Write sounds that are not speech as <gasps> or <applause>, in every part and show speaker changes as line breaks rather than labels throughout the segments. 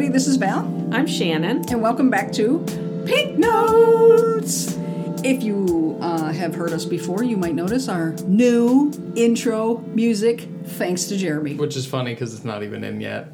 Val,
I'm Shannon.
and welcome back to Pink Notes. If you uh, have heard us before, you might notice our new intro music, thanks to Jeremy.
Which is funny because it's not even in yet.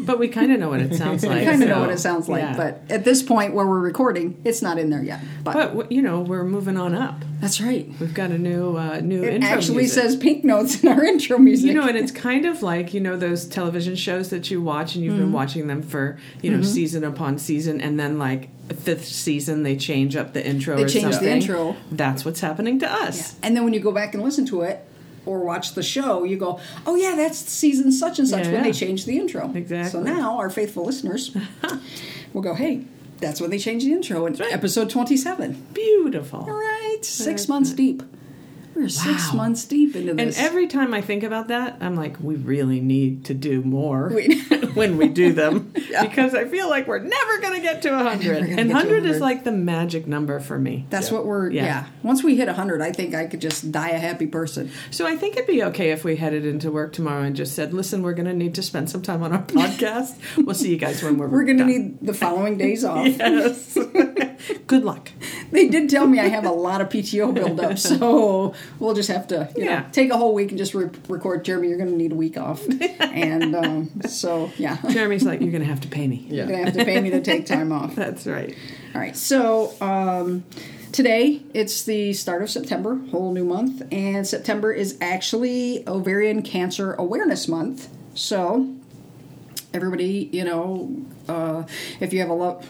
But we kind of know what it
<laughs>
sounds like.
I kind of know
so-
what it sounds like,
yeah.
but at this point where we're recording, it's not in there yet. But,
But w- you know, we're moving on up.
that's right.
We've got a new uh, new
It
intro
actually
music.
says Pink Notes in our <laughs> intro music.
You know, and
<laughs>
it's kind of like you know those television shows that you watch, and you've
Mm-hmm.
been watching them for you know season upon season, and then like fifth season they change up the intro.
They
or
change the
something.
intro.
That's what's happening to us.
And then when you go back and listen to it or watch the show, you go, oh, yeah, that's season such and such
Yeah,
when they
yeah.
changed the intro. So
Exactly.
now our faithful
<laughs>
listeners will go, hey, that's when they changed the intro in episode 27.
Beautiful.
All right, six months deep. We're six
Wow.
months deep into
And
this.
every time I think about that, I'm like, we really need to do more
We-
<laughs>
<laughs>
when we do them
Yeah.
because I feel like we're never going to get to 100.
gonna
And
get to
100 is
100.
like the magic number for me.
that's
Yeah.
what we're, yeah.
Yeah.
Once we hit 100, I think I could just die a happy person.
So I think it'd be okay if we headed into work tomorrow and just said, listen, we're going to need to spend some time on
<laughs>
our podcast. We'll see you guys when we're
We're going to
done." <laughs>
need <laughs> the following days off.
Yes. Good luck.
They did tell me I have a lot of PTO buildup, so we'll just have to, you
Yeah.
know, take a whole week and just re- record. Jeremy, you're going to need a week off, and um, so yeah,
Jeremy's like, you're going to have to pay me.
you're
Yeah.
going to have to pay me to take time off.
That's right.
All right, so um, today it's the start of September, whole new month, and September is actually Ovarian Cancer Awareness Month. So everybody, you know, uh, if you have a lot,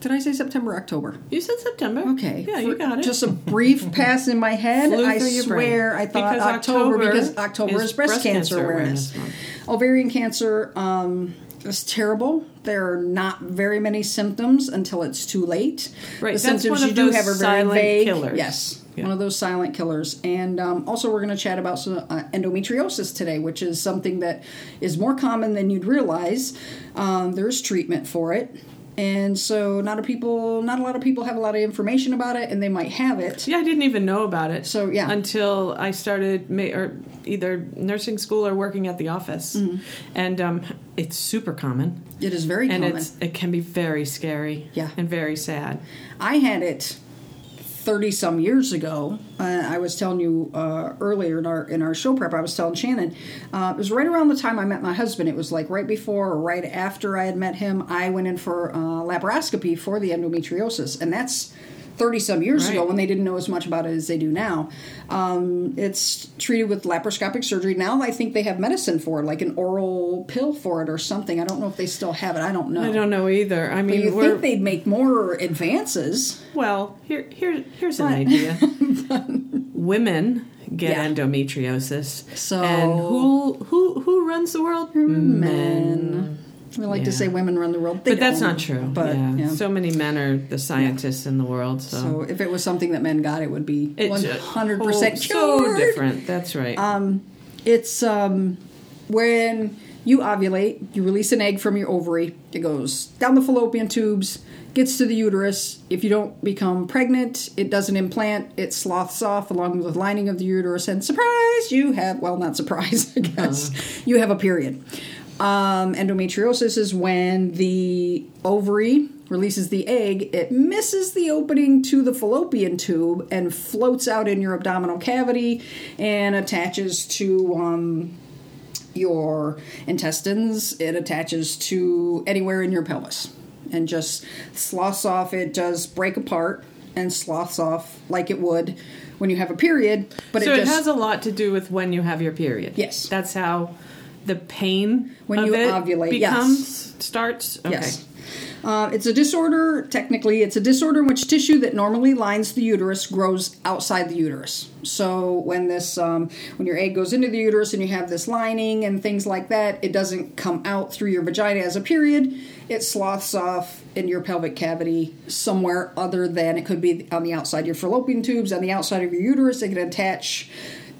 did I say September, October?
You said September.
Okay.
Yeah, you
For-
got it.
Just a
<laughs>
brief pass in my head.
Flew
I
through your brain.
swear I thought
Because
October,
October
because October is, breast, cancer, awareness.
Month.
Ovarian cancer um, is terrible. There are not very many symptoms until it's too late.
Right,
The
that's
symptoms
one of
you do
those
have are very
silent
vague.
killers.
Yes.
Yeah.
One of those silent killers. And um, also, we're going to chat about some, uh, endometriosis today, which is something that is more common than you'd realize. Um, there is treatment for it. And so, not a people, not a lot of people have a lot of information about it, and they might have it.
Yeah, I didn't even know about it.
So, yeah.
until I started ma- or either nursing school or working at the office,
Mm-hmm.
and um, it's super common,
It is very
and
common.
it's it can be very scary,
Yeah.
and very sad.
I had it thirty some years ago. Uh, I was telling you uh, earlier in our in our show prep. I was telling Shannon uh, it was right around the time I met my husband. It was like right before or right after I had met him. I went in for uh, laparoscopy for the endometriosis, and that's. 30 some years ago
Right.
when they didn't know as much about it as they do now um, it's treated with laparoscopic surgery now i think they have medicine for it like an oral pill for it or something i don't know if they still have it i don't know
I don't know either. I mean,
Oh. you
we're
think they'd make more advances
well. Here, here, here's an
<laughs>
idea. Women get
Yeah.
endometriosis,
So-
and who who who runs the world?
men. We like
Mm-hmm.
to
Yeah.
say women run the world, They
But that's
don't,
not true.
But
yeah.
yeah.
so many men are the scientists in the world.
so if it was something that men got, it would be one
a
hundred
whole-
percent
oh, so
cured.
different. That's right.
It's um, when you ovulate, you release an egg from your ovary. It goes down the fallopian tubes, gets to the uterus. If you don't become pregnant, it doesn't implant. It sloths off along with the lining of the uterus, and surprise, you have well, not surprise, <laughs> I guess,
Uh-huh.
you have a period. Um, endometriosis is when the ovary releases the egg, it misses the opening to the fallopian tube and floats out in your abdominal cavity and attaches to um, your intestines. It attaches to anywhere in your pelvis and just sloughs off. It does break apart and sloughs off like it would when you have a period. But
so
it
it,
just
has a lot to do with when you have your period.
Yes.
that's how the pain
When
of
you
it
ovulate, yes.
becomes starts. Okay.
Yes. Uh, it's a disorder, technically, it's a disorder in which tissue that normally lines the uterus grows outside the uterus. So when this, um, when your egg goes into the uterus and you have this lining and things like that, it doesn't come out through your vagina as a period. It sloughs off in your pelvic cavity somewhere other than it could be on the outside of your fallopian tubes, on the outside of your uterus. It can attach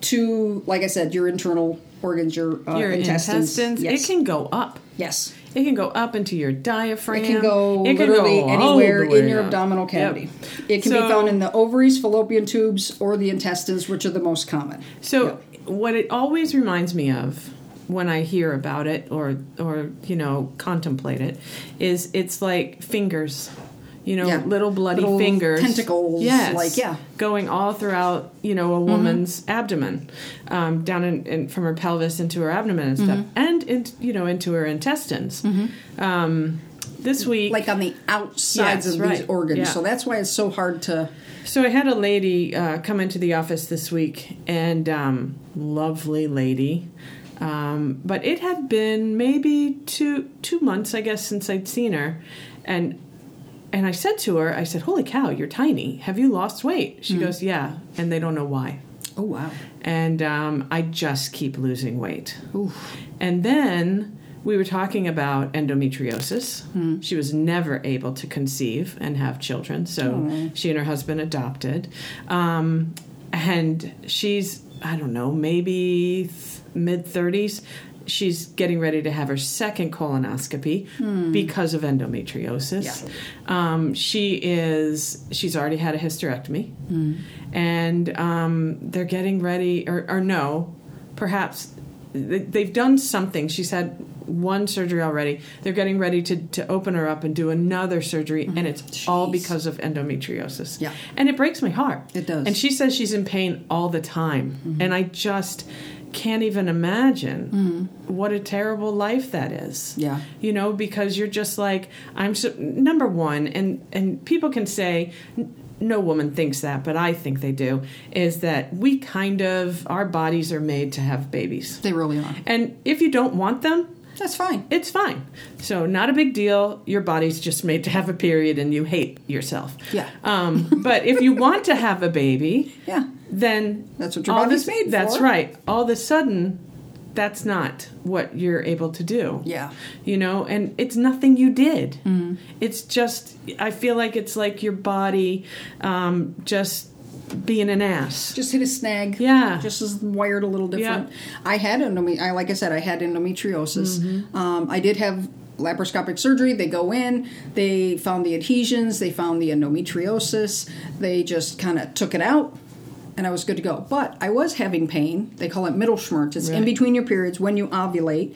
to, like I said, your internal organs, your, uh,
Your intestines,
Yes.
it can go up.
yes.
It can go up into your diaphragm.
It can go
It can
literally
go all
anywhere
the way
in your
up.
abdominal
Yep.
cavity. It can be
So-
found in the ovaries, fallopian tubes, or the intestines, which are the most common.
So, what it always reminds me of when I hear about it or or you know contemplate it is it's like fingers, you know,
Yeah.
little bloody
Little
fingers,
tentacles,
yes,
like, yeah. Mm-hmm.
going all throughout you know a woman's abdomen, um, down in, in from her pelvis into her abdomen and
Mm-hmm.
stuff, and in, you know into her intestines. Um, this week,
like on the
Yes,
outsides of these
right.
organs.
Yeah.
So that's why it's so hard to.
So I had a lady uh, come into the office this week, and um, lovely lady. Um, but it had been maybe two two months, I guess, since I'd seen her, and and I said to her, I said, "Holy cow, you're tiny. Have you lost weight?" She goes, "Yeah," and they don't know why
Oh wow!
and um, I just keep losing weight. And then we were talking about endometriosis. She was never able to conceive and have children, so she and her husband adopted. Um, and she's, I don't know, maybe th- mid 30s. She's getting ready to have her second colonoscopy because of endometriosis. Um, she is, she's already had a hysterectomy
Hmm.
and um, they're getting ready, or, or no, perhaps they- they've done something. She's had one surgery already. They're getting ready to, to open her up and do another surgery, and it's all
Mm-hmm. Jeez.
because of endometriosis.
Yeah.
And it breaks my heart.
It does. Mm-hmm.
And she says she's in pain all the time. And I just can't even imagine
Mm-hmm.
what a terrible life that is
Yeah.
you know because you're just like i'm so, number one and and people can say n- no woman thinks that but i think they do is that we kind of our bodies are made to have babies
They really are.
and if you don't want them
That's fine.
it's fine so not a big deal your body's just made to have a period and you hate yourself
Yeah.
um, but if you want to have a baby
Yeah.
then
That's what your
all
body's
this-
made
That's
for.
right. All of a sudden, that's not what you're able to do.
Yeah.
You know, and it's nothing you did.
Mm.
It's just, I feel like it's like your body um, just being an ass.
Just hit a snag.
Yeah.
Just is wired a little different.
Yeah.
I had endome- I like I said, I had endometriosis.
Mm-hmm.
Um, I did have laparoscopic surgery. They go in, they found the adhesions, they found the endometriosis. They just kind of took it out. And I was good to go. But I was having pain. They call it Mittelschmerz. It's in
Right.
between your periods when you ovulate.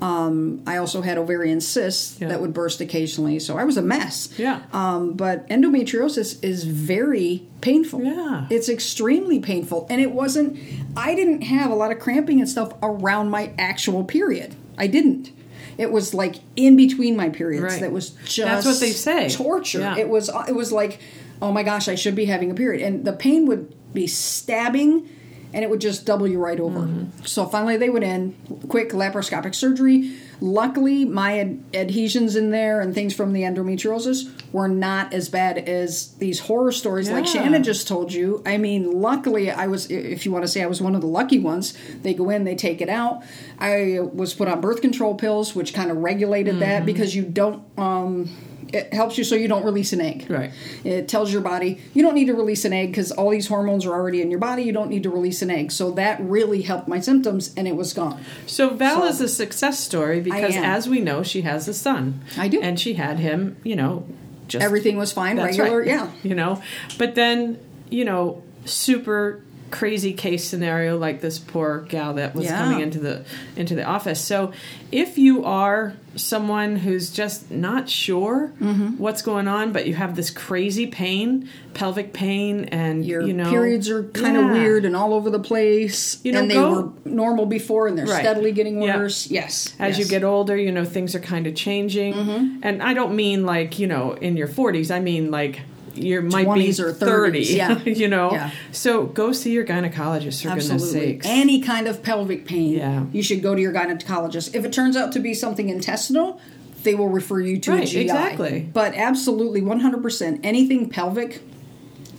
Um, I also had ovarian cysts
Yeah.
that would burst occasionally. So I was a mess.
Yeah.
Um, but endometriosis is very painful.
Yeah.
It's extremely painful. And it wasn't, I didn't have a lot of cramping and stuff around my actual period. I didn't. It was like in between my periods
Right.
that was just
That's what they say.
torture.
Yeah.
It was it was like, oh my gosh, I should be having a period. And the pain would be stabbing and it would just double you right over.
Mm-hmm.
So finally they went in, quick laparoscopic surgery. Luckily, my ad- adhesions in there and things from the endometriosis were not as bad as these horror stories like
Yeah.
Shannon just told you. I mean, luckily, I was, if you want to say I was one of the lucky ones, they go in, they take it out. I was put on birth control pills, which kind of regulated
Mm-hmm.
that because you don't, um, it helps you so you don't release an egg.
Right.
It tells your body you don't need to release an egg because all these hormones are already in your body. You don't need to release an egg. So that really helped my symptoms and it was gone.
So Val is a success story because,
am.
as we know, she has a son.
I do.
And she had him, you know, just
Everything was fine,
That's
regular.
right.
Yeah.
You know, but then, you know, super crazy case scenario like this poor gal that was
Yeah.
coming into the into the office. So, if you are someone who's just not sure
Mm-hmm.
what's going on, but you have this crazy pain, pelvic pain and
Your
you know
periods are kind of
Yeah.
weird and all over the place.
You know,
and they
go-
were normal before and they're
Right.
steadily getting
Yeah.
worse. Yes.
as you
yes. Mm-hmm.
get older, you know, things are kind of changing. And I don't mean like, you know, in your 40s. I mean like you might
20s
be
or 30s,
30,
yeah.
<laughs> you know.
Yeah.
So go see your gynecologist for goodness
Absolutely.
sakes.
Any kind of pelvic pain,
Yeah.
you should go to your gynecologist. If it turns out to be something intestinal, they will refer you to a
Right,
GI.
exactly.
But absolutely, 100%, anything pelvic,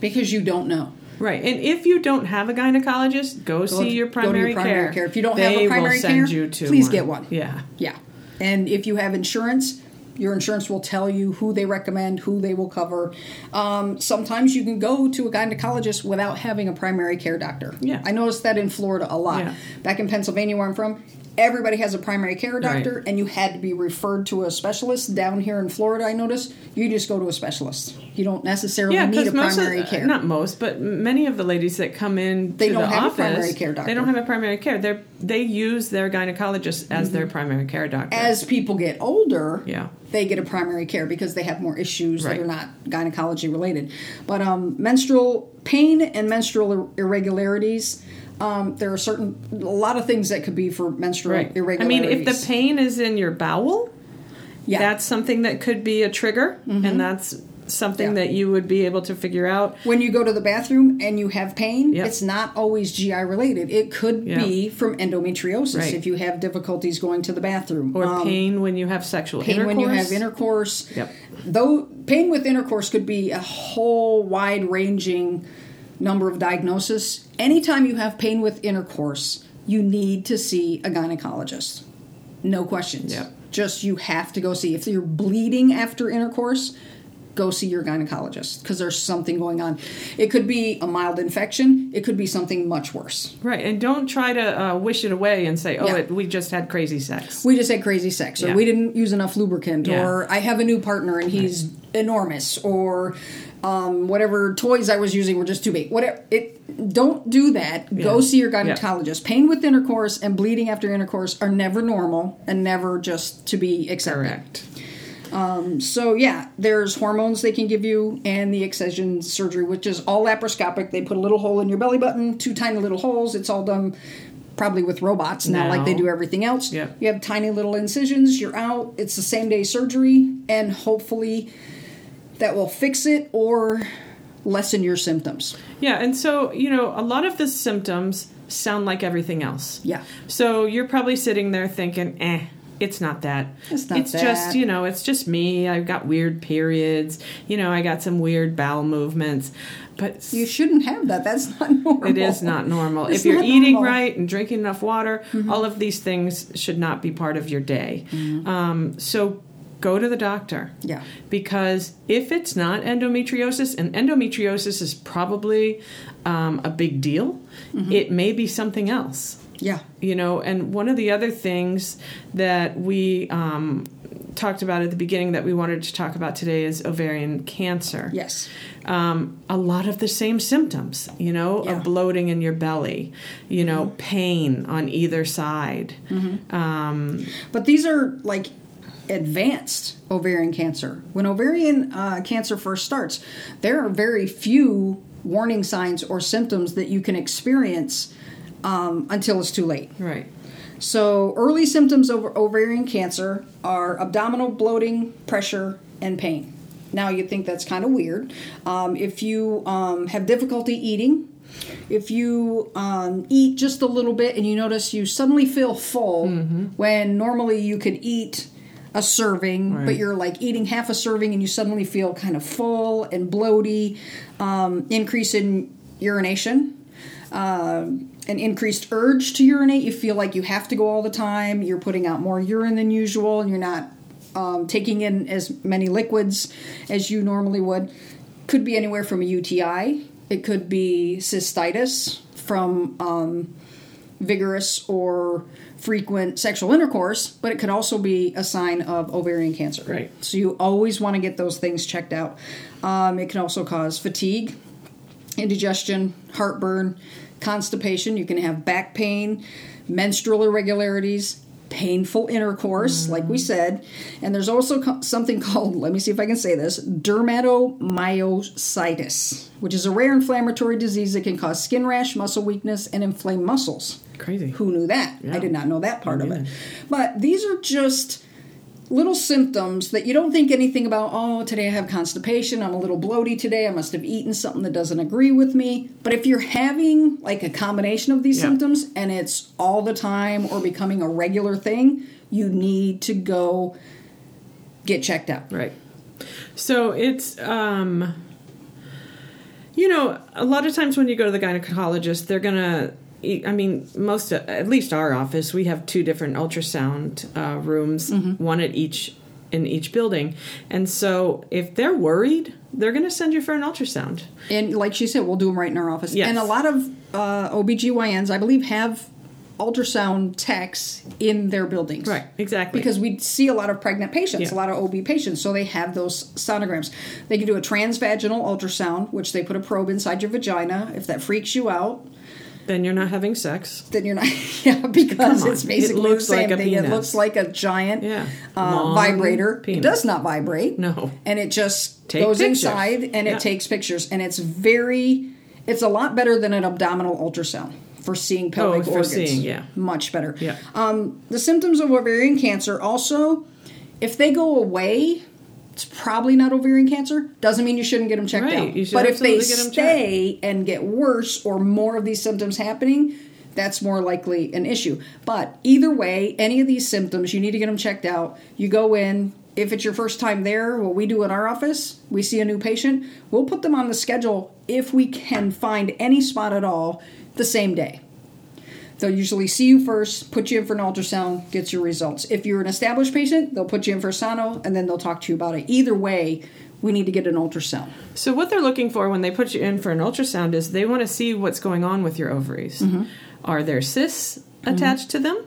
because you don't know.
right. And if you don't have a gynecologist, go,
Go-
see your
go to your
primary,
primary
care.
care. If you don't have
they
a primary
will send
care,
you to
please get one.
Yeah.
Yeah. And if you have insurance, your insurance will tell you who they recommend, who they will cover. Um, sometimes you can go to a gynecologist without having a primary care doctor.
Yeah.
I noticed that in Florida a lot.
Yeah.
Back in Pennsylvania, where I'm from, everybody has a primary care doctor,
Right.
and you had to be referred to a specialist down here in Florida. I noticed you just go to a specialist. You don't necessarily
Yeah,
need
because
a
most
primary
of,
care.
not most, but many of the ladies that come in
They
to
don't
the
have a
office,
primary care
they don't
doctor.
have a primary care. They are they use their gynecologist as
Mm-hmm.
their primary care doctor.
As people get older,
yeah,
they get a primary care because they have more issues
Right.
that are not gynecology related. But um, menstrual pain and menstrual ir- irregularities, um, there are certain a lot of things that could be for menstrual
right. I mean,
irregularities.
if the pain is in your bowel,
yeah, Mm-hmm.
that's something that could be a trigger, and that's something
Yeah.
that you would be able to figure out.
when you go to the bathroom and you have pain,
Yep.
it's not always GI related. It could
Yeah.
be from endometriosis
Right.
if you have difficulties going to the bathroom
Or
Um,
pain when you have sexual
pain
intercourse.
when you have intercourse.
Yep.
Though pain with intercourse could be a whole wide ranging number of diagnosis. Anytime you have pain with intercourse, you need to see a gynecologist. No questions.
Yep.
Just you have to go see. If you're bleeding after intercourse, go see your gynecologist because there's something going on. It could be a mild infection, it could be something much worse.
Right, and don't try to uh, wish it away and say, "Oh,
Yeah.
it, we just had crazy sex."
we just had crazy sex or
Yeah.
we didn't use enough lubricant
Yeah.
or i have a new partner and he's enormous or um, whatever toys i was using were just too big whatever it don't do that go
Yeah.
see your
Yeah.
gynecologist pain with intercourse and bleeding after intercourse are never normal and never just to be accepted
Correct.
so yeah there's hormones they can give you and the excision surgery which is all laparoscopic they put a little hole in your belly button two tiny little holes it's all done probably with robots not like they
Now.
do everything else
Yep.
you have tiny little incisions you're out it's the same day surgery and hopefully that will fix it or lessen your symptoms
Yeah, and so, you know, a lot of the symptoms sound like everything else.
Yeah.
So you're probably sitting there thinking, eh, it's not that.
It's not
It's just,
that.
you know, it's just me. I've got weird periods. You know, I got some weird bowel movements. But
you shouldn't have that that's not <laughs> normal
it is not normal.
It's
if you're
not
eating
normal. Mm-hmm.
right and drinking enough water, all of these things should not be part of your day. Um, so go to the doctor.
Yeah.
Because if it's not endometriosis, and endometriosis is probably um, a big deal, it may be something else
yeah
you know and one of the other things that we um, talked about at the beginning that we wanted to talk about today is ovarian cancer
yes
um, a lot of the same symptoms you know
Yeah.
of bloating in your belly you know pain on either side um,
But these are like advanced ovarian cancer. When ovarian uh, cancer first starts, there are very few warning signs or symptoms that you can experience um, until it's too late.
right
So, early symptoms of ovarian cancer are abdominal bloating, pressure, and pain. Now, you'd think that's kind of weird. Um, if you um, have difficulty eating, if you um, eat just a little bit and you notice you suddenly feel full when normally you could eat a serving, but
Right.
you're like eating half a serving and you suddenly feel kind of full and bloaty, um, increase in urination an increased urge to urinate. You feel like you have to go all the time. You're putting out more urine than usual, and you're not um, taking in as many liquids as you normally would. Could be anywhere from a UTI. It could be cystitis from um, vigorous or frequent sexual intercourse, but it could also be a sign of ovarian cancer.
Right.
So you always want to get those things checked out. Um, it can also cause fatigue, indigestion, heartburn, constipation. You can have back pain, menstrual irregularities, painful intercourse, like we said. And there's also co- something called, let me see if I can say this, dermatomyositis, which is a rare inflammatory disease that can cause skin rash, muscle weakness, and inflamed muscles.
Crazy.
Who knew that? I
Yeah.
did not know that part of it.
neither.
But these are just little symptoms that you don't think anything about. Oh, today I have constipation. I'm a little bloaty today. I must have eaten something that doesn't agree with me. But if you're having like a combination of these
Yeah.
symptoms and it's all the time or becoming a regular thing, you need to go get checked out.
Right. So it's um you know, a lot of times when you go to the gynecologist, they're going to I mean, most at least our office, we have two different ultrasound uh, rooms,
Mm-hmm.
one at each in each building. And so if they're worried, they're going to send you for an ultrasound.
And like she said, we'll do them right in our office.
Yes.
And a lot of uh, OBGYNs, I believe, have ultrasound techs in their buildings.
Right, exactly.
Because we see a lot of pregnant patients,
Yeah.
a lot of OB patients, so they have those sonograms. They can do a transvaginal ultrasound, which they put a probe inside your vagina. If that freaks you out,
then you're not having sex.
then you're not <laughs> yeah because
Come on.
it's basically
It looks
the same
like a
thing. It
penis.
looks like a giant
Yeah.
uh,
Long
vibrator. It
penis.
does not vibrate. <laughs>
No.
and it just
Take
goes
pictures.
inside and
Yeah.
it takes pictures, and it's very, it's a lot better than an abdominal ultrasound for seeing pelvic
Oh, for
organs.
seeing, yeah.
much better.
Yeah.
Um, the symptoms of ovarian cancer also, if they go away. It's probably not ovarian cancer. Doesn't mean you shouldn't get them checked
Right,
out.
you should
but if they
absolutely get 'em checked.
stay, stay and get worse or more of these symptoms happening, that's more likely an issue. But either way, any of these symptoms, you need to get them checked out. You go in. If it's your first time there, what we do in our office, we see a new patient, we'll put them on the schedule if we can find any spot at all the same day. They'll usually see you first, put you in for an ultrasound, get your results. If you're an established patient, they'll put you in for a sono and then they'll talk to you about it. Either way, we need to get an ultrasound.
So what they're looking for when they put you in for an ultrasound is they want to see what's going on with your ovaries.
Mm-hmm.
Are there cysts attached to them?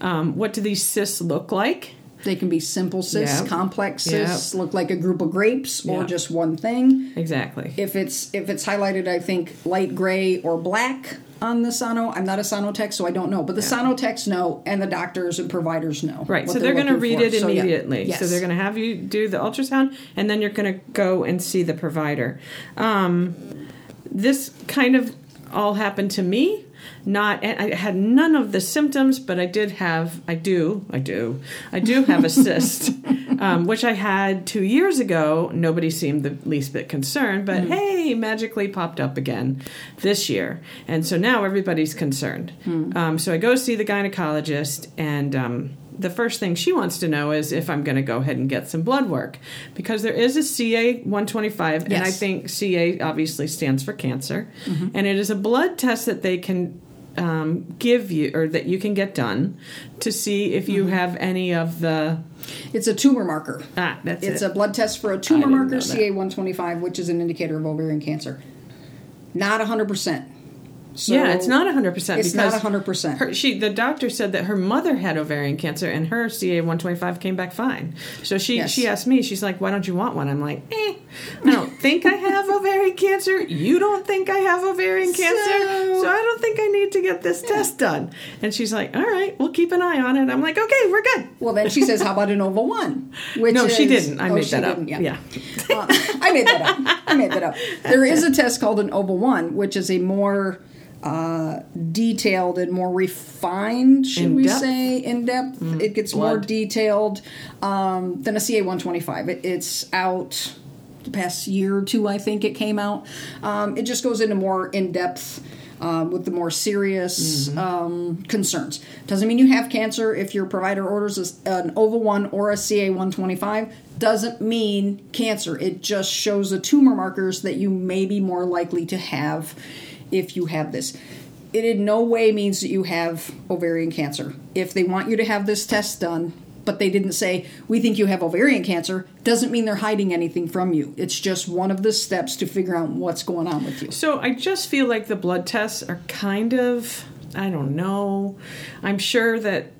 Um, what do these cysts look like?
They can be simple cysts,
Yep.
complex cysts, look like a group of grapes or
Yep.
just one thing.
Exactly.
If it's if it's highlighted, I think light gray or black on the sono. I'm not a sonotech, so I don't know. But the sonotechs know, and the doctors and providers know.
Right,
what
so they're, going to
looking
read
for.
it
So, yeah.
immediately. So,
Yes.
they're going to have you do the ultrasound, and then you're going to go and see the provider. Um, this kind of all happened to me. Not, and I had none of the symptoms, but I did have, I do, I do, I do have a cyst, um, which I had two years ago. Nobody seemed the least bit concerned, but hey, magically popped up again this year, and so now everybody's concerned. Um, so I go see the gynecologist, and um, the first thing she wants to know is if I'm going to go ahead and get some blood work because there is a CA 125, and I
Yes.
think CA obviously stands for cancer,
Mm-hmm.
and it is a blood test that they can um, give you or that you can get done to see if
Mm-hmm.
you have any of the
It's a tumor marker.
ah that's
It's
it.
a blood test for a tumor
didn't
marker,
know that.
CA125, which is an indicator of ovarian cancer. Not 100%. So
yeah, it's not 100%
It's
because
not 100%.
Her, she the doctor said that her mother had ovarian cancer and her CA 125 came back fine. So she
Yes.
she asked me, she's like, "Why don't you want one?" I'm like, "Eh, I don't think I have ovarian cancer. You don't think I have ovarian cancer, so,
So-
I don't think I need to get this test done." And she's like, "All right, we'll keep an eye on it." I'm like, "Okay, we're good."
Well, then she says, "How about an oval one?"
<laughs>
Which
No, she
is-
didn't. I
oh,
made
she
that up.
didn't,
Yeah.
Uh, I made that up. I made that up. There is a test called an Oval One, which is a more uh, detailed and more refined, should we
In-depth. Mm-hmm.
say, in depth. it gets more
blood.
detailed um, than a CA 125. It, it's out the past year or two, I think it came out. Um, it just goes into more in depth. Um, with the more serious
Mm-hmm.
um, concerns. Doesn't mean you have cancer if your provider orders a s an OVA 1 or a CA 125. Doesn't mean cancer. It just shows the tumor markers that you may be more likely to have if you have this. It in no way means that you have ovarian cancer. If they want you to have this test done, but they didn't say, we think you have ovarian cancer, doesn't mean they're hiding anything from you. It's just one of the steps to figure out what's going on with you.
So I just feel like the blood tests are kind of I don't know. I'm sure that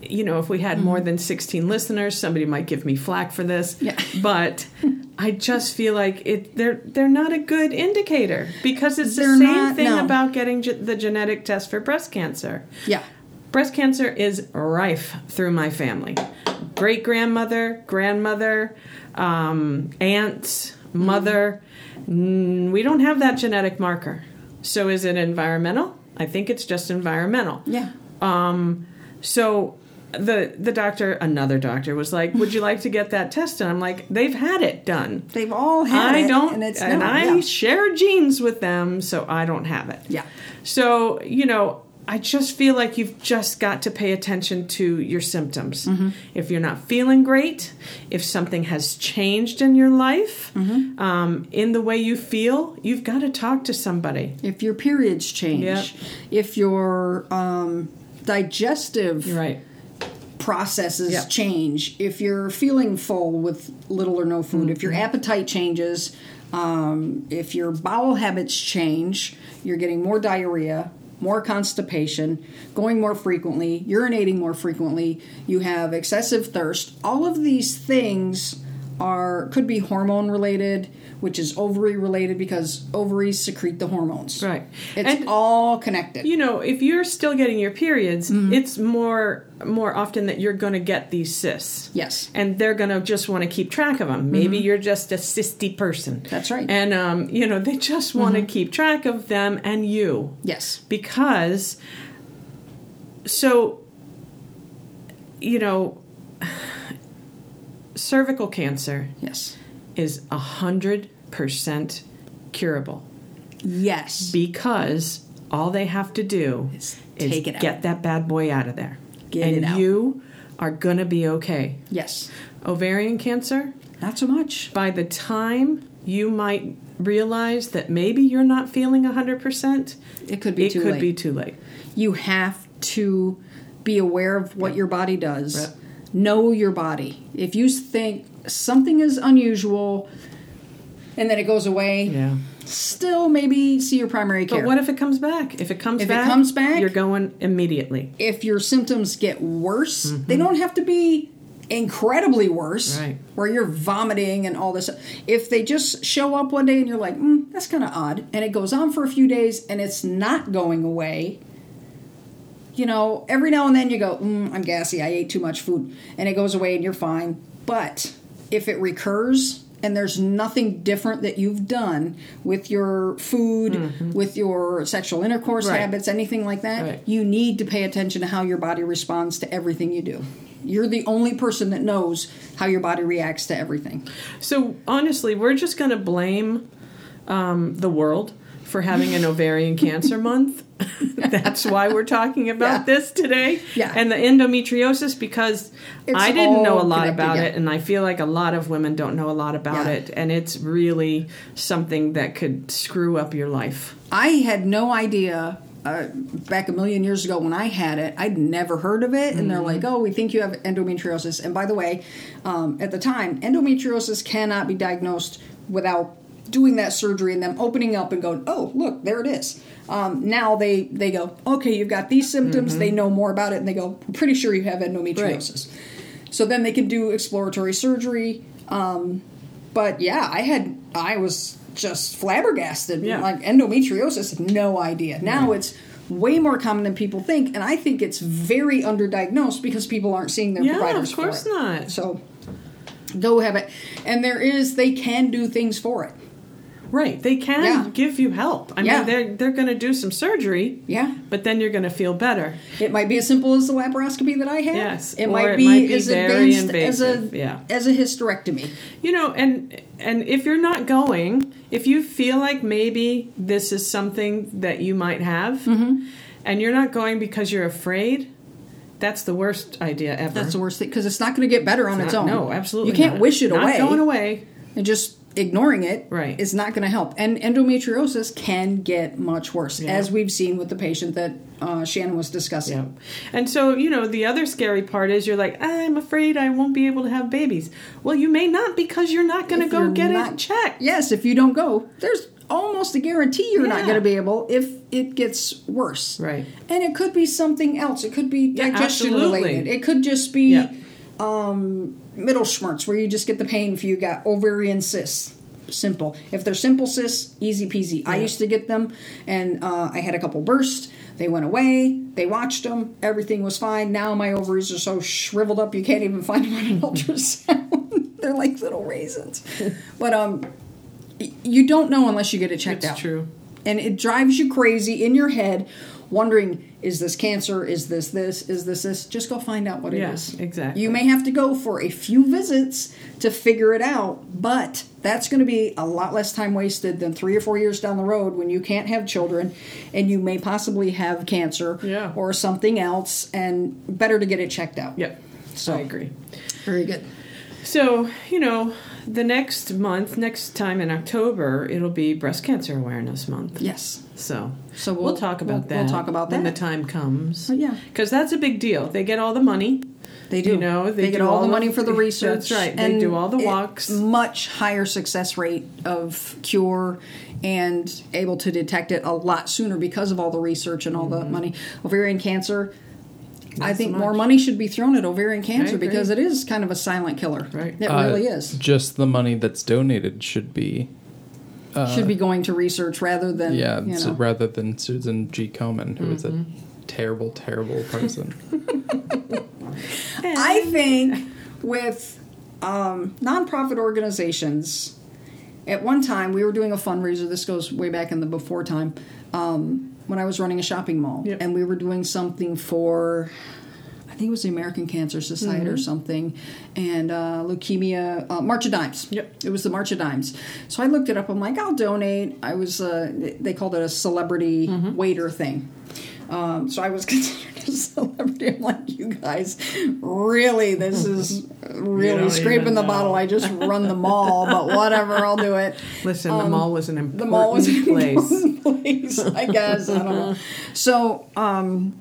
you know, if we had more than 16 listeners, somebody might give me flack for this.
Mm-hmm. Yeah. <laughs>
But I just feel like it they're they're not a good indicator because it's
They're
the same
not,
thing
no.
about getting ge- the genetic test for breast cancer.
Yeah.
Breast cancer is rife through my family. Great grandmother, grandmother, um, aunts, mother. Mm, we don't have that genetic marker. So is it environmental? I think it's just environmental.
Yeah.
So the the doctor, another doctor, was like, "Would you like to get that test?" And I'm like, "They've had it done.
They've all had
I
it,
don't,
and it's
and
not-
I
yeah.
share genes with them, so I don't have it.
Yeah.
So you know, I just feel like you've just got to pay attention to your symptoms.
Mm-hmm.
If you're not feeling great, if something has changed in your life,
Mm-hmm.
um, in the way you feel, you've got to talk to somebody.
If your periods change,
Yep.
if your um, digestive
You're right.
processes
Yep.
change, if you're feeling full with little or no food, if
Mm-hmm.
your appetite changes, um, if your bowel habits change, you're getting more diarrhea, more constipation, going more frequently, urinating more frequently, you have excessive thirst. All of these things are could be hormone related, which is ovary related because ovaries secrete the hormones.
Right.
It's
And-
all connected.
you know, if you're still getting your periods,
Mm-hmm.
it's more more often that you're going to get these cysts.
Yes.
And they're going to just want to keep track of them. Maybe you're just a cysty person.
Mm-hmm. That's right. Mm-hmm.
And um, you know, they just want to keep track of them and you
yes.
because so you know, <sighs> cervical cancer
Yes.
is 100% curable
Yes.
because all they have to do
Is
is,
take it out.
get that bad boy out of there.
Get
and
it out.
you are going to be okay.
yes.
Ovarian cancer,
Not so much.
by the time you might realize that maybe you're not feeling 100%,
It could be
it
too
could
late.
be too late.
you have to be aware of what your body does. Know your body. If you think something is unusual and then it goes away,
Yeah.
still maybe see your primary
But
care.
what if it comes back? If it comes
If it
back,
comes back-
you're going immediately.
if your symptoms get worse, they don't have to be incredibly worse,
Mm-hmm. Right.
where you're vomiting and all this. If they just show up one day and you're like, mm, that's kind of odd, and it goes on for a few days and it's not going away, you know, every now and then you go, mm, I'm gassy, I ate too much food, and it goes away and you're fine. But if it recurs, and there's nothing different that you've done with your food, with your sexual intercourse
Mm-hmm. Right.
habits, anything like that.
Right.
You need to pay attention to how your body responds to everything you do. You're the only person that knows how your body reacts to everything.
So honestly, we're just going to blame um, the world for
<laughs>
having an ovarian cancer month. That's why we're talking about
Yeah.
this today.
Yeah.
And the endometriosis because
It's
I didn't know a
all
lot
connected,
about
yeah.
it and I feel like a lot of women don't know a lot about
Yeah.
it and it's really something that could screw up your life.
I had no idea uh, back a million years ago when I had it. I'd never heard of it, and they're like, "Oh, we think you have endometriosis." And by the way, um, at the time, endometriosis cannot be diagnosed without doing that surgery and them opening up and going, "Oh, look, there it is." Um, now they they go, "Okay, you've got these symptoms." They know more about it, and they go, "I'm pretty sure you have endometriosis." So then they can do exploratory surgery. Um, but yeah, I had I was just flabbergasted.
Yeah.
Like endometriosis, no idea. Now it's way more common than people think, and I think it's very underdiagnosed because people aren't seeing their
Yeah, of
providers. for
course
it.
not.
So go have it, and there is they can do things for it.
Right. They can
Yeah.
give you help. I
Yeah.
mean they're they're going to do some surgery.
Yeah.
But then you're going to feel better.
It might be as simple as the laparoscopy that I had.
Yes,
it
or
might
it
be
might be
as
very
advanced as a
invasive, yeah.
as a hysterectomy.
you know and and if you're not going if you feel like maybe this is something that you might have
Mm-hmm.
and you're not going because you're afraid that's the worst idea ever
That's the worst thing because it's not going to get better on its,
Not-
own.
no absolutely
You can't
not.
wish it
Not
away.
going away
and just ignoring it
Right.
is not going to help. And endometriosis can get much worse, as we've seen with the patient that uh, Shannon was discussing.
yeah and so you know the other scary part is you're like i'm afraid i won't be able to have babies well you may not because you're not going to
If
go
you're
get
not-
it checked
Yes, if you don't go, there's almost a guarantee you're not
Yeah.
going to be able if it gets worse.
Right.
And it could be something else. It could be digestion
absolutely.
related. It could just be
Yeah.
um, middle schmerz, where you just get the pain if you got ovarian cysts. Simple. If they're simple cysts, easy peasy. I used to get them, and uh, I had a couple bursts. They went away. They watched them. Everything was fine. Now my ovaries are so shriveled up you can't even <laughs> find them on an ultrasound. <laughs> they're like
<laughs>
little raisins. but um, y- you don't know unless you get it checked
It's
out
true.
and it drives you crazy in your head wondering is this cancer is this this is this this just go find out what it
Yeah,
is
exactly.
you may have to go for a few visits to figure it out but that's going to be a lot less time wasted than three or four years down the road when you can't have children and you may possibly have cancer
Yeah.
or something else and better to get it checked out
yep so i agree
very good
So, you know, the next month, next time in October, it'll be Breast Cancer Awareness Month.
yes
So,
So
we'll,
we'll-
talk about
we'll-
that.
we'll talk about
when
that.
the time comes.
Oh, yeah.
because that's a big deal. They get all the money,
They do.
You know,
they,
they
get
do
all,
all
the
of-
money for the
That's
research.
right. They do all the
it-
walks.
much higher success rate of cure and able to detect it a lot sooner because of all the research and all
Mm-hmm.
the money. Ovarian cancer. I think more money should be thrown at ovarian cancer
agree.
because it is kind of a silent killer.
Right.
It
Uh,
really is.
Just the money that's donated should be
should be going to research rather than
uh, yeah,
you
s-
know.
rather than Susan G. Komen, who is
Mm-hmm.
a terrible, terrible
<laughs>
person.
I think with um, nonprofit organizations, at one time we were doing a fundraiser. This goes way back in the before time um, when I was running a shopping mall,
Yep.
and we were doing something for. I think it was the American Cancer Society
Mm-hmm.
or something, and uh, leukemia uh, March of Dimes.
Yep.
it was the March of Dimes. So I looked it up. I'm like, I'll donate. I was uh, they called it a celebrity
Mm-hmm.
waiter thing. Um, so I was <laughs> considered a celebrity. I'm like, you guys, really, this is
<laughs> You
really
don't
scraping
even
the
know.
bottle. I just run the mall, but whatever, I'll
<laughs>
do it.
Listen, the mall was an important
Um, The mall was in
place.
place, I guess. I don't know. So, um,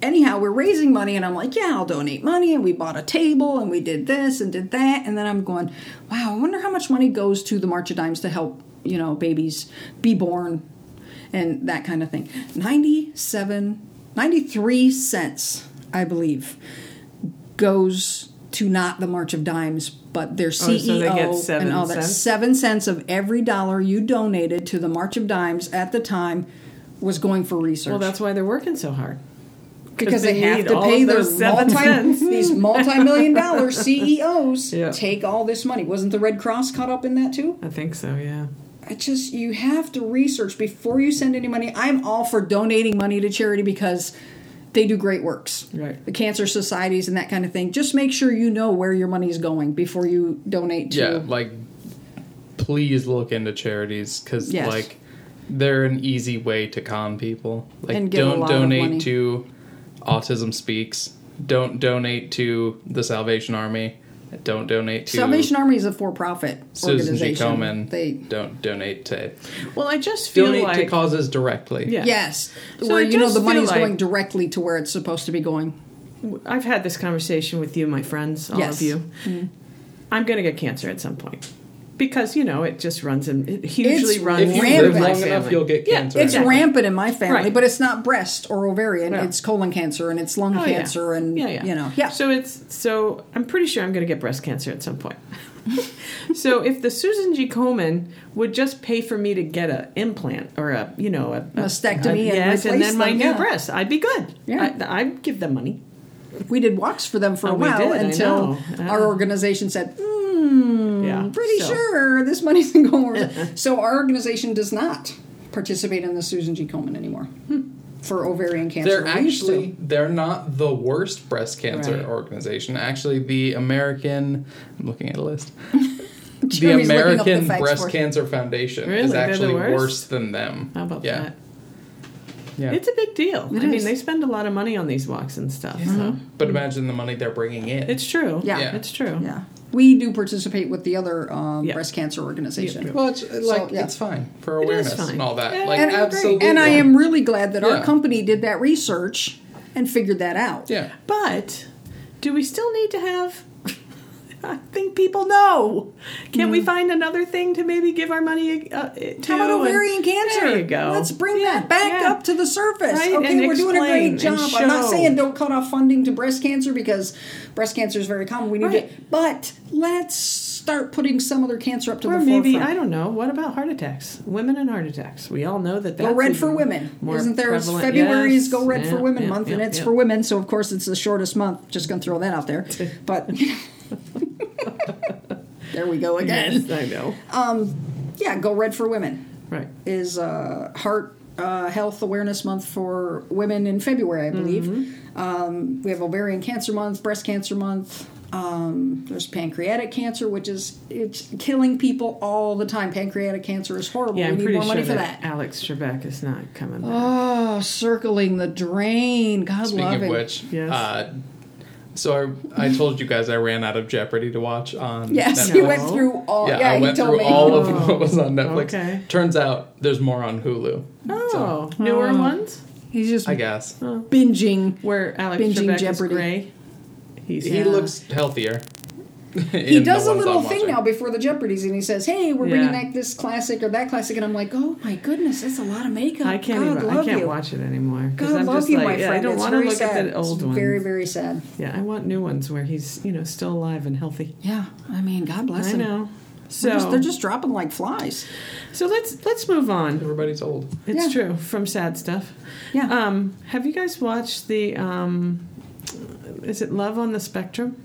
anyhow, we're raising money, and I'm like, yeah, I'll donate money. And we bought a table, and we did this and did that. And then I'm going, wow, I wonder how much money goes to the March of Dimes to help, you know, babies be born and that kind of thing. 97, 93 cents, I believe, goes to not the March of Dimes, but their CEO
Oh, so they get seven
and all that.
cents?
Seven cents of every dollar you donated to the March of Dimes at the time was going for research
well, that's why they're working so hard.
because they
they
have
need
to
all
pay
of
their
those seven <laughs>
multi,
cents.
these
<laughs>
multi-million dollar CEOs
Yeah.
take all this money. Wasn't the Red Cross caught up in that too?
I think so, yeah.
I just you have to research before you send any money. I'm all for donating money to charity because they do great works.
Right.
The cancer societies and that kind of thing. Just make sure you know where your money is going before you donate to
yeah, like please look into charities because
Yes.
like they're an easy way to con people. Like
And get a
don't
lot of money.
donate to Autism Speaks. Don't donate to the Salvation Army. Don't donate to
Salvation Army is a for-profit
Susan G.
organization.
Komen.
They
don't donate to
Well, I just feel
donate
like
to causes directly.
Yeah.
yes,
So
where
I
you know
just
the money
feel
is going
like-
directly to where it's supposed to be going.
I've had this conversation with you, my friends, all
Yes. Mm-hmm.
of you. I'm going to get cancer at some point because you know it just runs in. It hugely
It's
runs.
If you
through
rampant.
live
my
long enough,
family.
you'll get
Yeah,
cancer.
It's
Exactly.
rampant in my family,
Right.
but it's not breast or ovarian.
Yeah.
It's colon cancer and it's lung
Oh, yeah.
cancer and you know. Yeah.
So it's so I'm pretty sure I'm going to get breast cancer at some point. <laughs> so if the Susan G. Komen would just pay for me to get a implant or a you know a, a-
Mastectomy
a-
and
yes, and
replace
then my
them,
new
yeah.
breast, I'd be good.
Yeah.
I, I'd give them money.
we did walks for them for a
Oh, we
while
did, I
until
know. Yeah.
our organization said, hmm,
Yeah,
I'm pretty
so- Uh-huh.
sure this money <laughs> isn't going over. so our organization does not participate in the Susan G. Komen anymore
Hmm.
for ovarian cancer.
They're
We used to. <laughs>
actually they're not the worst breast cancer
Right.
organization. Actually, the American I'm looking at a
<laughs>
list. the
Jeremy's looking up the
American
facts
Breast
for us.
Cancer Foundation
Really?
is
They're the
actually
worst?
worse than them.
How about
yeah.
that?
Yeah.
It's a big deal. I
It is.
mean, they spend a lot of money on these walks and stuff. So
but imagine the money they're bringing in.
it's true.
Yeah.
Mm-hmm. Yeah.
it's true.
Yeah. We do participate with the other um,
Yeah.
breast cancer organization.
well, it's like
yeah.
it's fine for
It is
awareness
fine.
and all that.
Yeah,
like
And,
absolutely.
and I am really glad that our
Yeah.
company did that research and figured that out.
Yeah.
But do we still need to have? <laughs> I think people know. Can we find another thing to maybe give our money uh, to?
Mm. How about
and-
ovarian cancer?
There you go.
Let's bring
Yeah,
that back
yeah.
up to the surface.
Right,
Okay,
and
we're doing a
explain
great
and
job. I'm not
show.
saying don't cut off funding to breast cancer because breast cancer is very common. We need
Right.
it, but let's start putting some other cancer up to
Or
the
maybe
forefront.
I don't know. What about heart attacks? Women and heart attacks. We all know that. That's
Go Red
even
for Women.
more
Isn't there? it's
prevalent.
February
Yes.
is Go Red for
Yeah,
Women
yeah,
month, and
yeah,
it's
yeah.
for women, so of course it's the shortest month. Just going to throw that out
<laughs>
there. But <laughs> there we go again.
Yes, I
<laughs>
know.
Yeah, Go Red for Women.
right.
is uh, Heart uh, Health Awareness Month for women in February, I believe.
Mm-hmm.
Um, we have Ovarian Cancer Month, Breast Cancer Month. Um, there's pancreatic cancer, which is it's killing people all the time. Pancreatic cancer is horrible.
Yeah,
we
I'm
need
pretty
more
sure
money for
that,
that.
Alex Trebek is not coming back.
Oh, circling the drain. God
Speaking
love
of
it.
which,
Yes.
uh, so I, I told you guys I ran out of Jeopardy to watch on.
yes,
Netflix.
you went through all.
Yeah,
Yeah,
I
he
went
told
through
me.
all of what was on Netflix.
Oh, Okay.
Turns out there's more on Hulu.
oh, newer
Hmm.
ones
He's just
I guess.
binging.
where Alex
Binging
Trebek
Jeopardy.
is gray. He's
He
yeah.
looks healthier.
he does a little thing now before the Jeopardies, and he says, "Hey, we're
Yeah.
bringing back this classic or that classic," and I'm like, "Oh my goodness, that's a lot of makeup."
I can't
God
even.
love
I can't
you.
watch it anymore. 'cause
God
I'm
love
just
you,
like,
my
yeah,
friend.
I don't
it's
want to
very
look
sad.
at the old
it's
ones.
Very, very sad.
yeah, I want new ones where he's you know still alive and healthy.
Yeah, I mean, God bless
I
him.
know. So
They're just, they're just dropping like flies.
so let's let's move on.
Everybody's old.
It's
Yeah.
true from sad stuff.
Yeah.
Um, have you guys watched the? Um, is it Love on the Spectrum?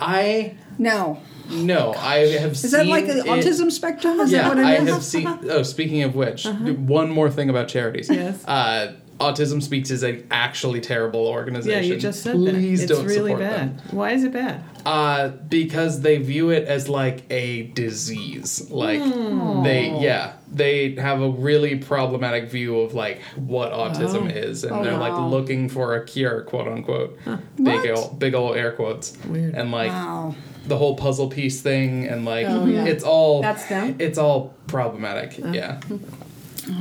I
No,
no. I have.
is that
seen
like the
it-
autism spectrum? Is
yeah,
that what it
I
is?
have seen. Oh, speaking of which, one more thing about charities.
Uh-huh. Yes.
Uh, Autism Speaks is an actually terrible
Yeah,
organization.
you just said that.
Please
It's
don't
really
support them.
bad. Why is it bad?
Uh, because they view it as like a disease. Like
Hmm.
they,
Oh.
yeah, they have a really problematic view of like what autism is, and
Oh,
they're like
wow.
looking for a cure, quote unquote. Big
What?
ol big ol' air quotes.
Weird.
And like
Wow.
the whole puzzle piece thing, and like
Oh, yeah.
it's all
That's them?
It's all problematic. Yeah.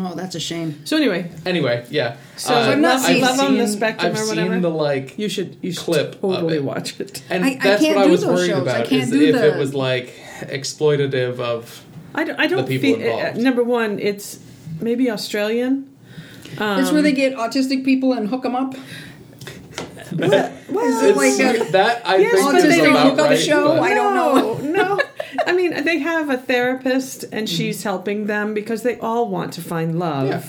Oh, that's a shame.
So anyway,
Anyway, yeah. Uh,
So
I'm not seeing-
Love on the
seen-
Spectrum
I've
or whatever?
Seen the like
you should you should
Clip of
totally
it.
watch it.
And
I- I
that's
can't
what I
do
was
those
worried
shows. I
about.
can't
is
do
if
the-
it was like exploitative of
I don't, I don't
the people
feel, uh,
involved.
number one, it's maybe Australian.
That's
um,
where they get autistic people and hook them up. What is it
It's-
like a
that. I
Yes,
think
but
is
they don't
about
hook up
right.
show.
but-
I don't know. Mm-hmm.
No, no. I mean, they have a therapist, and she's helping them because they all want to find love
Yeah.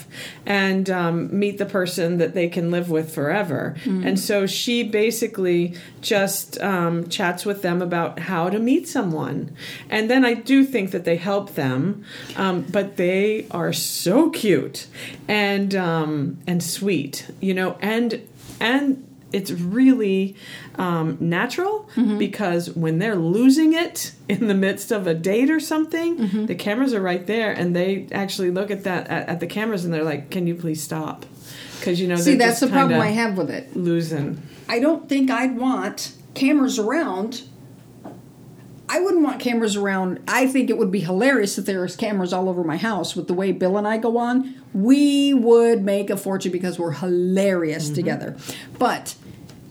and um, meet the person that they can live with forever.
Mm-hmm.
And so she basically just um, chats with them about how to meet someone. And then I do think that they help them, um, but they are so cute and um, and sweet, you know, and and it's really um, natural
Mm-hmm.
because when they're losing it in the midst of a date or something,
Mm-hmm.
the cameras are right there, and they actually look at that at, at the cameras and they're like, "Can you please stop?" Because you know,
See,
they're
that's
just
the problem
kinda
I have with it.
Losing.
I don't think I'd want cameras around. I wouldn't want cameras around. I think it would be hilarious if there was cameras all over my house with the way Bill and I go on. We would make a fortune because we're hilarious
Mm-hmm.
together. But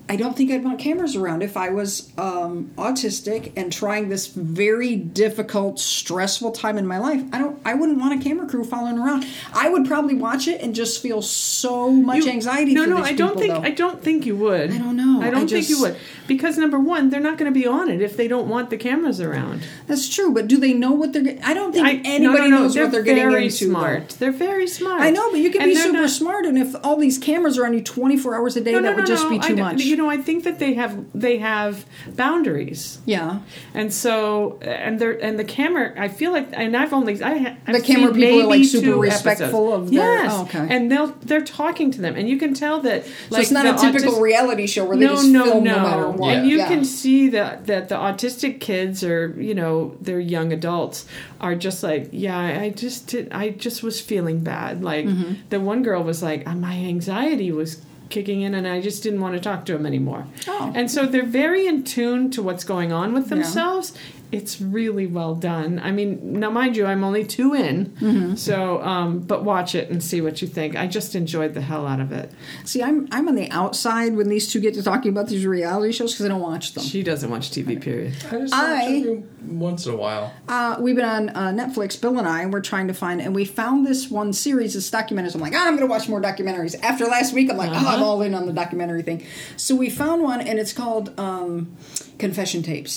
I don't think I'd want cameras around if I was um, autistic and trying this very difficult, stressful time in my life. I don't. I wouldn't want a camera crew following around. I would probably watch it and just feel so much
You-
anxiety.
No,
for
no,
these
I don't
people,
think
though.
I don't think you would.
I don't know.
I don't
I
think you
just-
would because number one, they're not going to be on it if they don't want the cameras around.
That's true, but do they know what they're? Get- I don't think
I, no,
anybody
no, no,
knows what they're getting
very
into. though.
Smart. They're very smart.
I know, but you could
And
be
they're
super
not-
smart, and if all these cameras are on you twenty four hours a day, that would just be
I
too
d-
much.
You know, I think that they have they have boundaries,
yeah,
and so and they're and the camera. I feel like, and I've only I ha- I've
The camera
seen
people are, like,
maybe
super
two
respectful
episodes.
of their-
yes,
oh, okay.
and they'll they're talking to them, and you can tell that like
so it's not
the
a typical
autis-
reality show where they
no,
just
no,
film
no.
no matter what.
And you
Yeah.
can see that that the autistic kids or you know they're young adults are just like, yeah, I I just did, I just was feeling bad. Like
Mm-hmm.
the one girl was like, "Uh, my anxiety was kicking in, and I just didn't want to talk to him anymore.
Oh.
And so they're very in tune to what's going on with themselves. It's really well done. I mean, now mind you, I'm only two in,
Mm-hmm.
so um, but watch it and see what you think. I just enjoyed the hell out of it.
see, I'm I'm on the outside when these two get to talking about these reality shows because I don't watch them.
She doesn't watch TV, period.
I just
I-
watch every once in a while.
Uh, we've been on uh, Netflix, Bill and I, and we're trying to find, and we found this one series, this documentaries. I'm like, "Ah, I'm going to watch more documentaries. After last week, I'm like, oh,
Uh-huh.
I'm all in on the documentary thing. So we found one, and it's called um, Confession Tapes.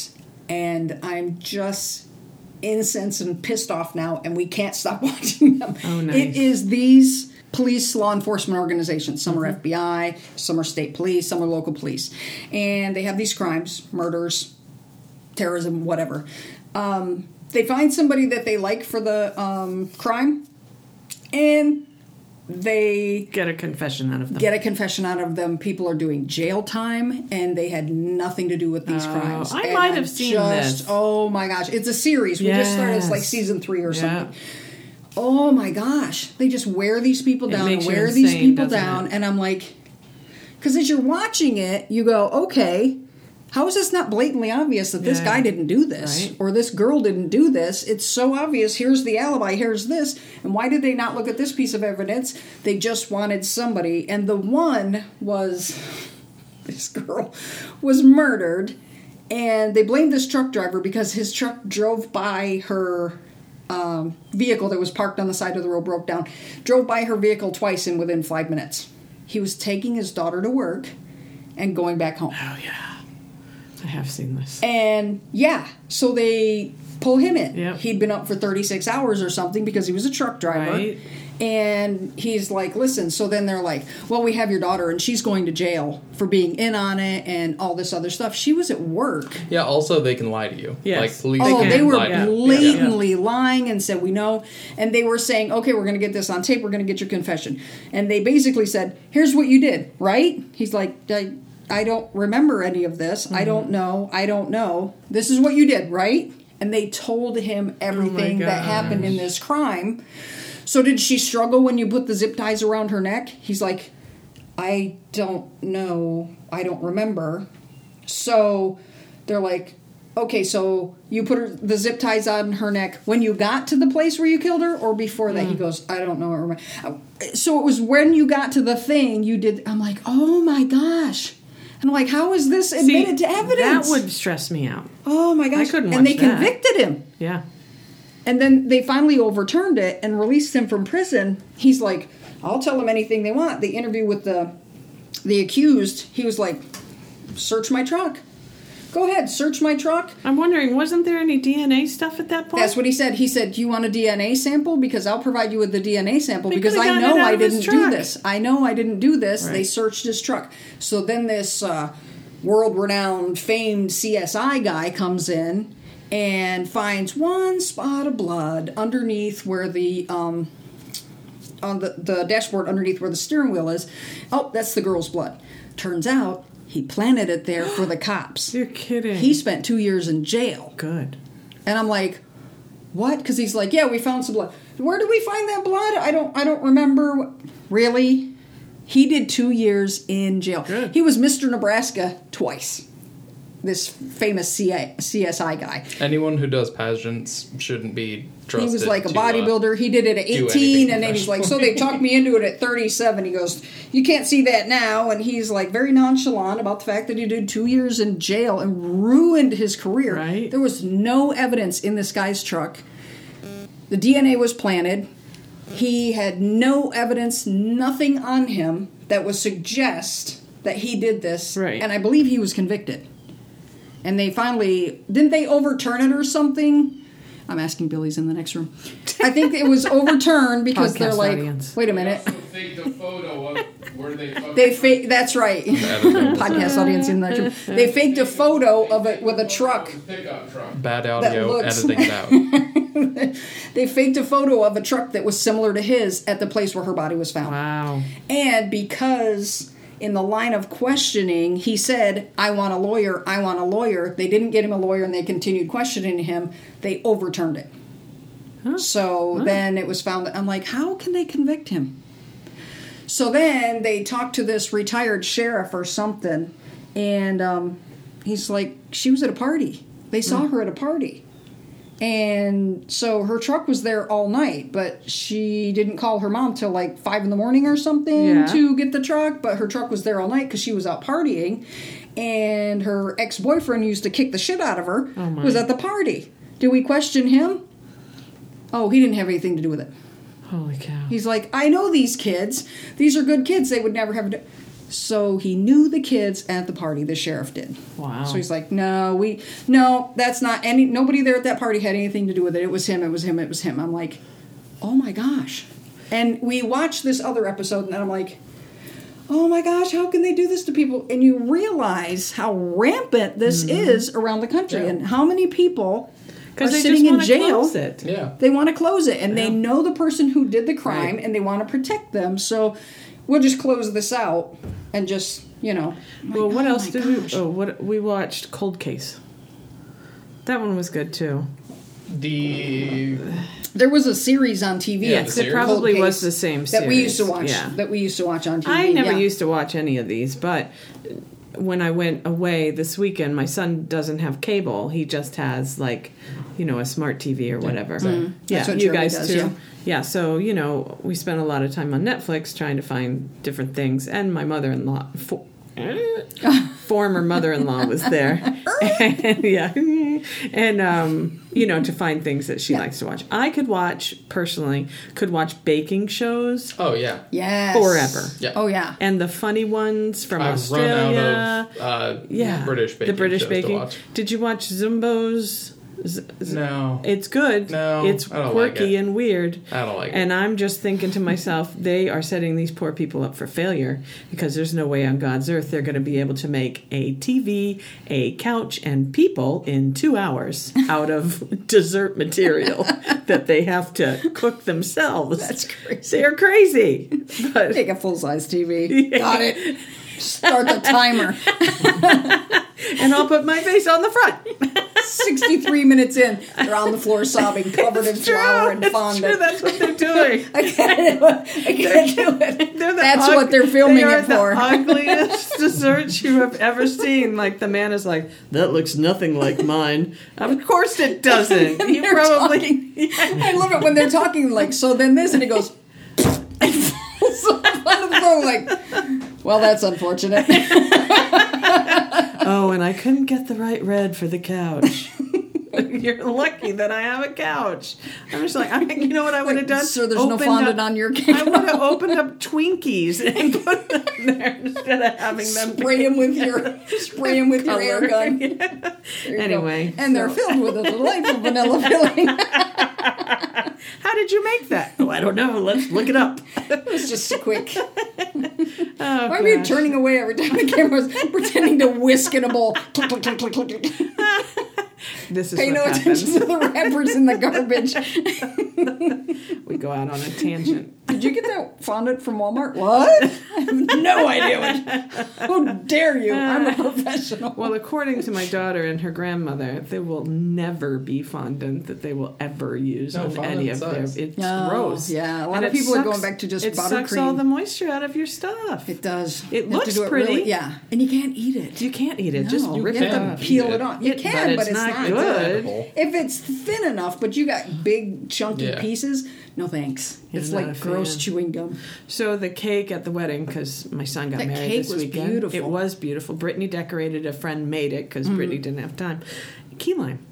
And I'm just incensed and pissed off now, and we can't stop <laughs> watching them.
Oh, nice.
It is these police law enforcement organizations. Some
Mm-hmm.
are FBI, some are state police, some are local police. And they have these crimes, murders, terrorism, whatever. Um, they find somebody that they like for the um, crime, and they
get a confession out of them.
get a confession out of them. People are doing jail time, and they had nothing to do with these crimes.
Oh, I
And
might
I'm
have seen
just,
this.
Oh my gosh, it's a series. We just started it's like
Yes.
season three or
Yeah.
something. Oh my gosh, they just wear these people down,
makes you
wear these
insane,
people
doesn't
down,
it?
and I'm like, because as you're watching it, you go, okay. How is this not blatantly obvious that this
Yeah.
guy didn't do this
Right.
or this girl didn't do this? It's so obvious. Here's the alibi. Here's this. And why did they not look at this piece of evidence? They just wanted somebody. And the one was <laughs> this girl, was murdered, and they blamed this truck driver because his truck drove by her um, vehicle that was parked on the side of the road, broke down, drove by her vehicle twice in within five minutes. He was taking his daughter to work and going back home.
Oh yeah, I have seen this.
And yeah, so they pull him in.
Yep.
He'd been up for 36 hours or something because he was a truck driver.
Right.
And he's like, listen, so then they're like, well, we have your daughter and she's going to jail for being in on it and all this other stuff. She was at work.
Yeah, also they can lie to you.
Yes.
Like police
oh,
can
they were
lie to you. Yeah.
blatantly lying and said, we know. And they were saying, okay, we're going to get this on tape. We're going to get your confession. And they basically said, here's what you did, right? He's like, I, I don't remember any of this. I
Mm-hmm.
don't know. I don't know. This is what you did, right? And they told
Oh
him everything that happened in this crime. So did she struggle when you put the zip ties around her neck? He's like, I don't know. I don't remember. So they're like, okay, so you put her, the zip ties on her neck when you got to the place where you killed her, or before
Mm.
that? He goes, I don't know. I remember. So it was when you got to the thing you did. I'm like, oh my gosh. And I'm like, how is this admitted to evidence?
That would stress me out.
oh my gosh.
couldn't
and they
watch that.
convicted him.
Yeah.
And then they finally overturned it and released him from prison. He's like, I'll tell them anything they want. The interview with the the accused, he was like, search my truck. Go ahead, search my truck.
I'm wondering, wasn't there any DNA stuff at that point?
That's what he said. He said, "Do you want a DNA sample? Because I'll provide you with the DNA sample.
They
Because
could've
I
gotten
know
it out
I
of his
didn't do
truck.
this. I know I didn't do this." They
Right.
searched his truck. So then this uh, world-renowned, famed CSI guy comes in and finds one spot of blood underneath where the um, on the, the dashboard underneath where the steering wheel is. Oh, that's the girl's blood. Turns out he planted it
<gasps>
there for the cops.
You're kidding.
He spent two years in jail.
good.
And I'm like, what? Because he's like, yeah, we found some blood. Where did we find that blood? I don't, I don't remember. Really? He did two years in jail.
Good.
He was Mr. Nebraska twice. This famous CI CSI guy.
Anyone who does pageants shouldn't be
He
trusted.
was like a
to, uh,
bodybuilder. He did it at
do
18,
anything
and then he's like, so they talked me into it at 37. He goes, you can't see that now. And he's like very nonchalant about the fact that he did two years in jail and ruined his career.
Right.
There was no evidence in this guy's truck. The DNA was planted. He had no evidence, nothing on him that would suggest that he did this.
Right.
And I believe he was convicted. And they finally didn't they overturn it or something? I'm asking Billy's in the next room. I think it
<laughs>
was overturned because they're
Podcast
like,
audience.
wait a minute.
Take the photo of where
<laughs>
they fucking
They fa- that's right. <laughs> Podcast audience in the next room. They faked a photo of it with a truck
pickup truck.
bad audio
looks-
editing
<laughs>
it out.
They faked a photo of a truck that was similar to his at the place where her body was found.
Wow.
And because in the line of questioning, he said, I want a lawyer, I want a lawyer. They didn't get him a lawyer and they continued questioning him. They overturned it. So then it was found that I'm like, how can they convict him? So then they talked to this retired sheriff or something, and um, he's like, she was at a party. They saw her at a party. And so her truck was there all night, but she didn't call her mom till like five in the morning or something
Yeah.
to get the truck. But her truck was there all night because she was out partying, and her ex boyfriend used to kick the shit out of her.
Oh, my.
was at the party. Do we question him? Oh, he didn't have anything to do with it.
Holy cow.
He's like, I know these kids. These are good kids. They would never have. A so he knew the kids at the party. The sheriff did.
Wow.
So he's like, no, we, no, that's not any. Nobody there at that party had anything to do with it. It was him. It was him. It was him. I'm like, oh my gosh. And we watched this other episode, and I'm like, oh my gosh, how can they do this to people? And you realize how rampant this is around the country,
Yeah.
and how many people are
Mm-hmm. they
sitting in
wanna
jail. Oh
close it.
yeah.
They want to close it, and they know the person who did the crime, and they want to protect them. So we'll just close this out and just you know. I'm
Well,
like,
what
oh
else
my
did we?
gosh.
Oh, what we watched? Cold Case. That one was good too.
The
There was a series on TV.
Yeah,
yes,
the
it
series.
probably
Cold
was
Case
the same
that we used to
series.
watch.
Yeah.
That we used to watch on TV.
I never
yeah.
used to watch any of these, but when I went away this weekend, my son doesn't have cable. He just has like, you know, a smart TV or whatever. Yeah,
Mm. That's what
you
Jeremy
guys
does,
too.
yeah.
Yeah, so you
<laughs>
know, we spent a lot of time on Netflix trying to find different things, and my mother-in-law. fo- former mother-in-law was there.
<laughs>
<laughs> and, yeah, and um, you know to find things that she likes to watch. I could watch personally could watch baking shows
Oh yeah.
Yes.
Forever.
Yeah.
Oh yeah.
and the funny ones from
I've run
Australia.
out of uh,
yeah,
British baking.
the British
shows
baking.
To watch.
Did you watch Zumbo's? Z- Z-
No,
It's good.
No,
it's
I don't like
quirky
it.
and weird.
I don't like it.
And I'm just thinking to myself, they are setting these poor people up for failure because there's no way on God's earth they're going to be able to make a TV, a couch, and people in two hours <laughs> out of dessert
<laughs>
material that they have to cook themselves.
That's crazy.
They're crazy. But
Take a full size
<laughs>
TV. Got it. Start the timer.
and I'll put my face on the front.
63 minutes in, they're on the floor sobbing, covered in flour and
It's true.
fondant.
That's what they're doing.
I can't do it. I can't do it.
They're the
That's what they're filming
they are
it for. <laughs>
The ugliest desserts you have ever seen. Like the man is like, that looks nothing like mine. of course it doesn't. You
<laughs> They're
probably.
talking- I love it when they're talking like, so then this, and he goes, <laughs> so I'm on the floor like, well,
<laughs>
that's unfortunate.
Oh, and I couldn't get the right red for the
<laughs>
couch. You're lucky that I have a couch. I'm just like, I, you know what I would have done?
Sir, there's no
Opened
fondant
up-
on your
<laughs>
cake.
I would have opened up Twinkies and put them there instead of having them.
<laughs> spray
<laughs>
him with your spray him with your air
Color. <laughs>
gun. There you go.
Anyway,
and they're filled with a
<laughs>
delightful vanilla filling.
How did you make that? Oh, I don't know. Let's look it
<laughs>
up.
it was just a quick.
Oh,
Why are you
gosh.
turning away every time the camera's pretending to whisk in a
<laughs>
bowl? Click, click, click, click, click, click.
This is
Pay
what
no
happens.
attention to the wrappers in the garbage.
<laughs> We go out on a tangent.
Did you get that fondant from Walmart? What? I have no idea. What, how dare you? I'm a professional.
<laughs> well, according to my daughter and her grandmother, there will never be fondant that they will ever use
No,
on any
fondant
of their.
sucks.
It's
No,
gross.
yeah, a lot
And
of
it
people are going back to just
it sucks
buttercream.
all the moisture out of your stuff.
It does.
It
You have to
looks
do it
pretty.
really- yeah, and you can't eat it.
you can't eat it. Just
No,
rip
you
it
have
up.
to peel
Eat
it
it.
on. You
It-
can, but it's, not, good.
good.
Edible.
If it's thin enough, but you got big chunky
Yeah.
pieces, no thanks.
You're
it's
not
like
a
gross
fan.
chewing gum.
So the cake at the wedding, because my son got
That
married
cake
this
was
weekend.
beautiful. Mm.
It was beautiful. Brittany decorated. A friend made it because Brittany didn't have time. Key lime.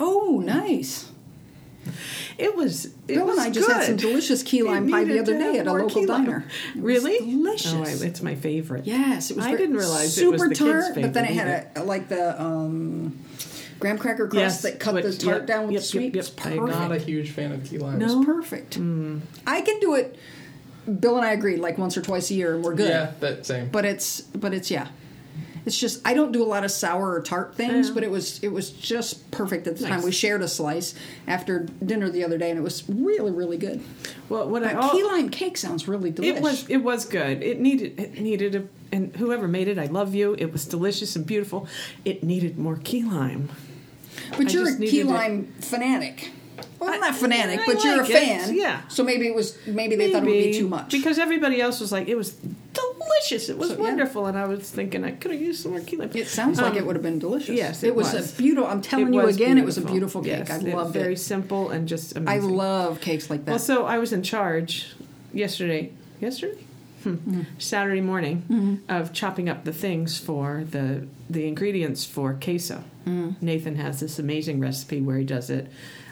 Oh, nice.
It was. It
Bill
was
and I just
good.
had some delicious key
You
lime pie the
needed
other
to
day
have
at a
more
local
key lime.
diner.
Really?
delicious.
Oh, I- it's my favorite.
Yes, it was.
I
very-
didn't realize it
super
was the kids'
tart, but then it
favorite
had a, like the um, graham cracker
Yes,
crust that cut
which-
the tart
yep,
down with
yep,
the
yep,
sweet.
yep.
It's
I
perfect.
got
Not a huge fan of key lime.
No? Hmm.
It's perfect. I can do it. Bill and I agree, like once or twice a year, and we're good.
Yeah, that same.
but it's but it's yeah it's just i don't do a lot of sour or tart things but it was it was just perfect at the time
Nice.
we shared a slice after dinner the other day and it was really really good
Well, what I
but
al-
key lime cake sounds really delicious
it was it was good. It needed it needed a and whoever made it, I love you. It was delicious and beautiful. It needed more key lime.
but
I
you're a
just
key
needed it.
lime fanatic well I'm not fanatic
I
but you're a
like it,
fan
yeah.
so maybe it was maybe they thought it would be
Maybe,
too much
because everybody else was like, it was delicious. It was
So, yeah.
wonderful, and I was thinking I could have used some more key lime.
it sounds like
Um,
it would have been delicious
yes,
it
it
was,
was.
a beautiful i'm
it
telling you
was
again it was a beautiful cake
Yes,
i
it was
loved
Very
it
simple and just
i
amazing.
love cakes like that
Well, so I was in charge yesterday, yesterday, Hmm. Saturday morning,
Mm-hmm.
of chopping up the things for the the ingredients for queso.
Mm.
Nathan has this amazing recipe where he does it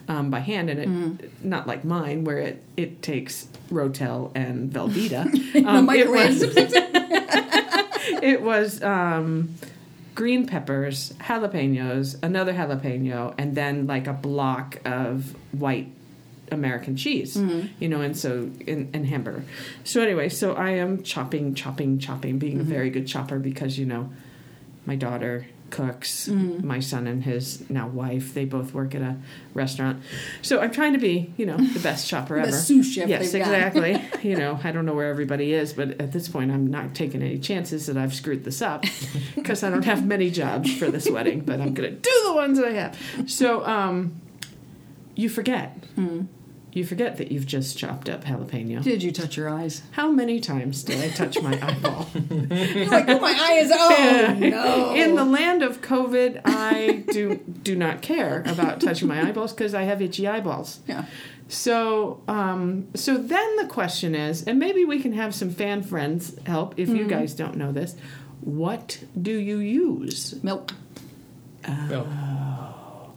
um, by hand, and it
Mm.
not like mine where it it takes Rotel and Velveeta.
<laughs>
Um,
the
it
microwave
was- <laughs> it was um, green peppers, jalapenos, another jalapeno, and then like a block of white American cheese,
Mm-hmm.
you know, and so in, and hamburger. So anyway, so I am chopping, chopping, chopping, being
Mm-hmm.
a very good chopper because you know, my daughter cooks,
Mm-hmm.
my son and his now wife, they both work at a restaurant. So I'm trying to be, you know, the best chopper
The
ever.
sous chef
Yes,
they've got.
exactly exactly. you know, I don't know where everybody is, but at this point, I'm not taking any chances that I've screwed this up because I don't have many jobs for this wedding, but I'm going to do the ones that I have. So, um, you forget.
Hmm.
You forget that you've just chopped up jalapeno.
did you touch your <laughs> eyes
How many times did I touch my eyeball?
You're like, oh, my eye is
<laughs>
<laughs> oh no.
In the land of COVID, I do do not care about touching my eyeballs because I have itchy eyeballs.
yeah.
So, um, so
Mm-hmm.
then the question is, and maybe we can have some fan friends help if you guys don't know this. What do you use?
Milk.
Milk.
Uh,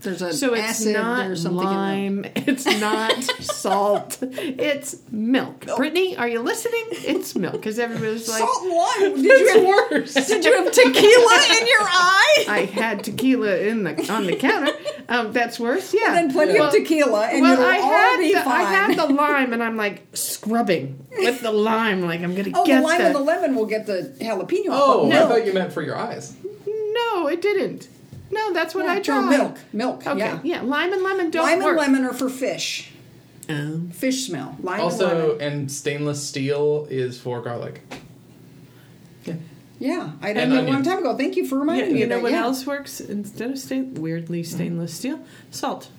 There's an
So it's
acid or
not
something in
lime. <laughs> It's
<laughs>
not salt. It's milk. Brittany, are you listening? It's milk because everybody's
the
like,
salt and lime. Did you have,
worse.
Did <laughs> you have tequila in your eye?
I had tequila in the on the counter. Um, that's worse. Yeah.
then plenty
Well-
of tequila and
well,
you'll
I
all
had
be
the,
fine.
I had
<laughs>
the lime, and I'm like scrubbing with the lime, like I'm gonna
oh,
get
the lime
the-
and the lemon will get the jalapeno.
Oh,
milk.
I thought you meant for your eyes.
No, it didn't. No, that's what I
No,
tried.
milk. Milk.
Okay.
Yeah.
Yeah. lime and lemon don't
lime
work.
and lemon are for fish.
Um,
Fish smell. Lime and
Also,
lemon.
and stainless steel is for garlic. Yeah.
Yeah, I
and
didn't know a
onion.
long time ago. Thank you for
yeah,
reminding me.
you
of
know
that,
what
yeah.
else works instead of stain? Weirdly stainless steel, salt,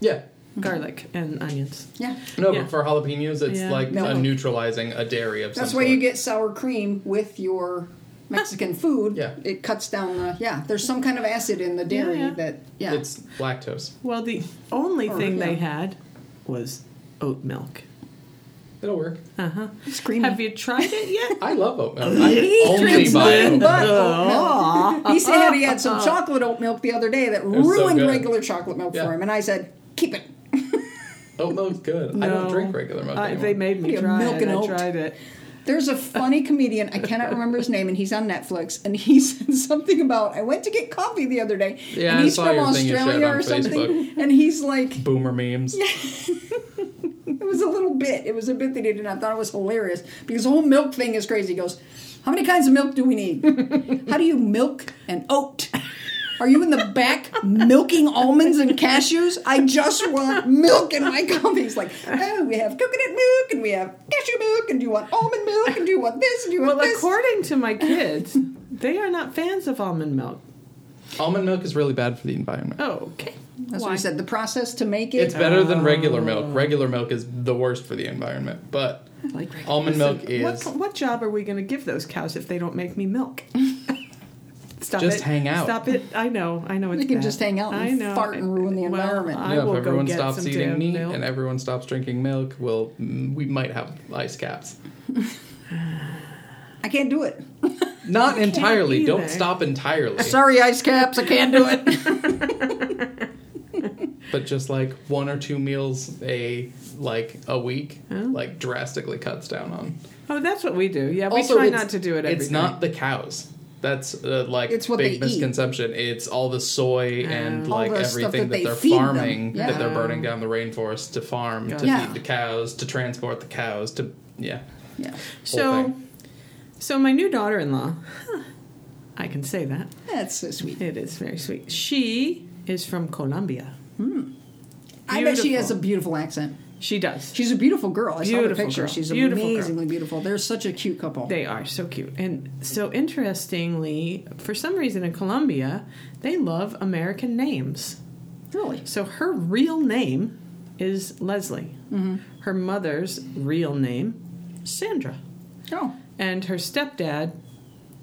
Yeah.
Mm-hmm. garlic, and onions.
Yeah.
No,
Yeah.
but for jalapenos, it's
Yeah.
like
No.
a neutralizing a dairy of
That's
some
why you
sort.
get sour cream with your Mexican food.
Yeah.
It cuts down the yeah. There's some kind of acid in the dairy
Yeah, yeah.
that yeah.
It's lactose.
Well, the only
Or,
thing they
yeah.
had was oat milk.
It'll work.
Uh huh.
It's creamy.
Have you tried it yet?
I love oat
<laughs>
milk. I only
drinks
buy oat
nothing
milk.
but oat milk. He said he had some chocolate oat milk the other day that
was so
ruined
good.
regular chocolate milk
Yeah.
for him, and I said, "Keep it."
Oat milk's good. I
No.
don't drink regular milk.
I,
anymore.
they made
What are
me
you,
try
milk
it.
and
I
oat?
tried it.
There's a funny comedian, I cannot remember his name, and he's on Netflix, and he <laughs> said something about I went to get coffee the other day,
Yeah, I
and he's
saw
from
your thing you shared
Australia
on
or something,
Facebook.
and he's like,
Boomer memes.
It was a little bit. It was a bit they did, and I thought it was hilarious because the whole milk thing is crazy. He goes, How many kinds of milk do we need? How do you milk an oat? Are you in the back milking almonds and cashews? I just want milk in my coffee. He's like, Oh, we have coconut milk and we have cashew milk, and do you want almond milk, and do you want this, and do you want
Well,
this?
according to
<laughs>
my kids, they are not fans of almond milk.
Almond milk is really bad for the environment.
Oh, okay.
That's what he said. The process to make it.
It's better than regular
Oh.
milk. Regular milk is the worst for the environment, but
Like
almond milk is.
What, what job are we going to give those cows if they don't make me milk?
<laughs>
Stop
Just
it.
hang out.
Stop it. I know. I know. It's
You can
bad.
just hang out and
I know.
fart and ruin the
Well,
environment.
I
Yeah,
will
if
go
everyone
get
stops
some
eating
damn
meat
milk.
and everyone stops drinking milk, well, mm, we might have ice caps.
I can't do it.
Not entirely. Don't
either.
stop entirely.
Sorry, ice caps. I can't do it.
But just like one or two meals a like a week, like drastically cuts down on.
oh, that's what we do. Yeah, we
Also,
try
it's-
not to do it. Every
It's
day.
not the cows. That's uh, like
It's what
big
they eat. Oh,
misconception. It's all the soy and
All
like
the stuff that
everything that,
they
they are
feed them.
farming
Yeah.
that they're burning down the rainforest to farm to
Yeah.
feed the cows to transport the cows to yeah.
<laughs> Yeah.
whole
So,
thing.
so my new daughter-in-law. I can say that.
That's so sweet.
It is very sweet. She is from Colombia.
I bet she has a
Beautiful.
beautiful accent.
She does.
She's a beautiful girl. I saw the
Beautiful
picture.
girl.
She's
Beautiful girl.
amazingly beautiful. They're such a cute couple.
They are so cute. And so interestingly, for some reason in Colombia, they love American names.
really?
So her real name is Leslie.
Mm-hmm.
Her mother's real name, Sandra.
Oh.
And her stepdad,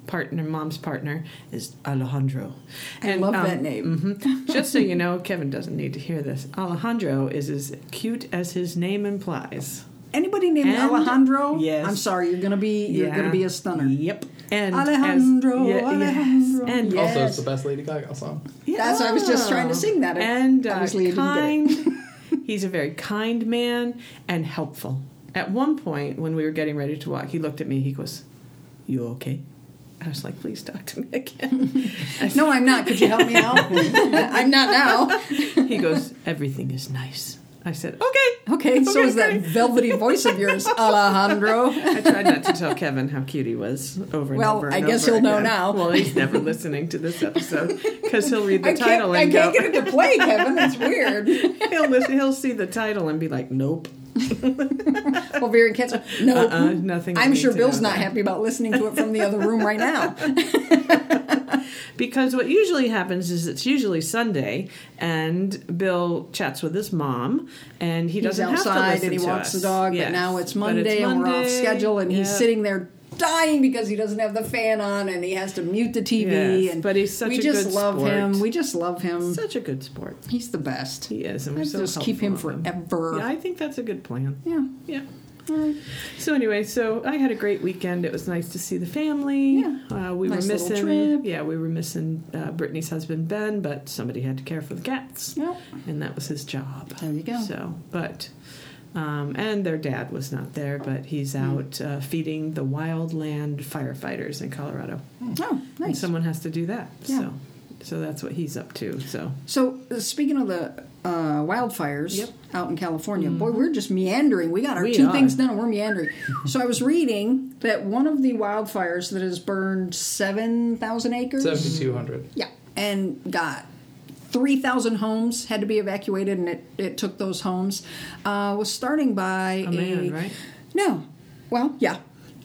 partner, mom's partner, is Alejandro. And
love that name.
mhm.
<laughs>
just so you know, Kevin doesn't need to hear this. Alejandro is as cute as his name implies.
Anybody named
And-
Alejandro?
yes.
I'm sorry, you're gonna be you're
Yeah.
gonna be a stunner.
Yep. And as-
Alejandro,
yeah, yes.
Alejandro.
And
Yes.
Also, it's the best Lady Gaga song.
That's why I was just trying to sing that.
And uh,
Obviously, I didn't get it.
kind.
<laughs>
he's a very kind man and helpful. At one point, when we were getting ready to walk, he looked at me. He goes, "You okay?" I was like, "Please talk to me again."
No, I'm not. Could you help
<laughs>
me out? I'm not now.
he goes, "Everything is nice." I said, "Okay."
Okay, so is that
great."
velvety voice of
<laughs>
yours, Alejandro?
I tried not to tell Kevin how cute he was over and
Well,
over.
I
and
guess
over
he'll know
again.
now.
Well, he's never listening to this episode because he'll read the
I can't,
title
I
and
can't
go,
get it to play, Kevin. It's weird.
he'll listen, he'll see the title and be like, "Nope."
Well, Vera and Kent's no,
Uh-uh, nothing
I'm
we
sure
need to
Bill's
know
not
about.
happy about listening to it from the other room
<laughs>
right now.
Because what usually happens is it's usually Sunday, and Bill chats with his mom, and he
he's
doesn't have
outside
to listen
and he
to
walks the
us.
dog,
Yes.
but now it's
But
Monday, and we're off
Monday.
schedule, and he's
Yep.
sitting there dying because he doesn't have the fan on and he has to mute the TV.
Yes,
and
but he's such
we
a
just
good
love
sport.
him. We just love him.
Such a good sport.
He's the best.
He is, and we're
Let's
so
just keep him
helpful of
forever.
Yeah, I think that's a good plan.
Yeah.
Yeah. So anyway, so I had a great weekend. It was nice to see the family.
Yeah.
Uh, we
Nice
were
little
missing.
trip.
Yeah, we were missing uh, Brittany's husband Ben, but somebody had to care for the cats,
Yep.
and that was his job.
There you go.
So, but. Um, and their dad was not there, but he's
Hmm.
out uh, feeding the wildland firefighters in Colorado.
Oh,
And
nice.
someone has to do that.
Yeah.
So, so that's what he's up to. So,
So, uh, speaking of the uh, wildfires
Yep. Mm-hmm.
out in California, boy, we're just meandering. We got our
We
two
are.
things done and we're meandering.
<laughs>
so, I was reading that one of the wildfires that has burned 7,000 acres.
7,200.
Yeah. And got 3,000 homes had to be evacuated, and it, it took those homes. Uh, was starting by
A man, right?
No. Well, yeah.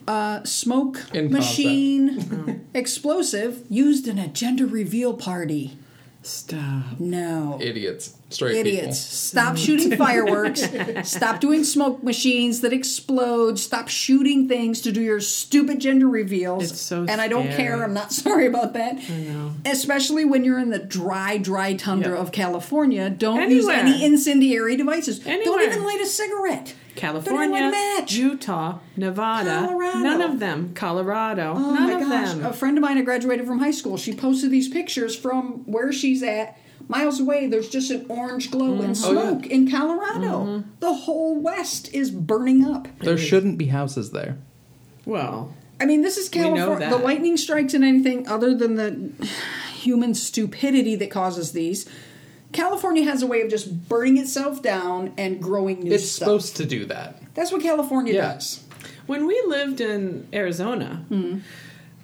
Uh, smoke
In
<laughs> Oh.
machine explosive used in a gender reveal party.
stop.
No.
Idiots. Straight
Idiots. Stop
<laughs>
shooting fireworks. Stop doing smoke machines that explode. Stop shooting things to do your stupid gender reveals.
It's so
and I don't
scary.
care. I'm not <laughs> sorry about that.
know.
Especially when you're in the dry, dry tundra
Yep.
of California. Don't use
Anywhere.
any incendiary devices. Don't
Anywhere.
even light a cigarette. Don't even
California,
light a match.
Utah, Nevada,
Colorado.
none of them. Colorado,
Oh
none
my
of
gosh.
them.
A friend of mine who graduated from high school, she posted these pictures from where she's at. Miles away, there's just an orange glow and
Oh, yeah.
smoke in Colorado. The whole West is burning up.
There shouldn't be houses there.
Well,
I mean, this is
know
California.
that.
The lightning strikes and anything other than the human stupidity that causes these. California has a way of just burning itself down and growing new
It's
stuff.
supposed to do that.
That's what California
Yeah.
does.
when we lived in Arizona,
Hmm.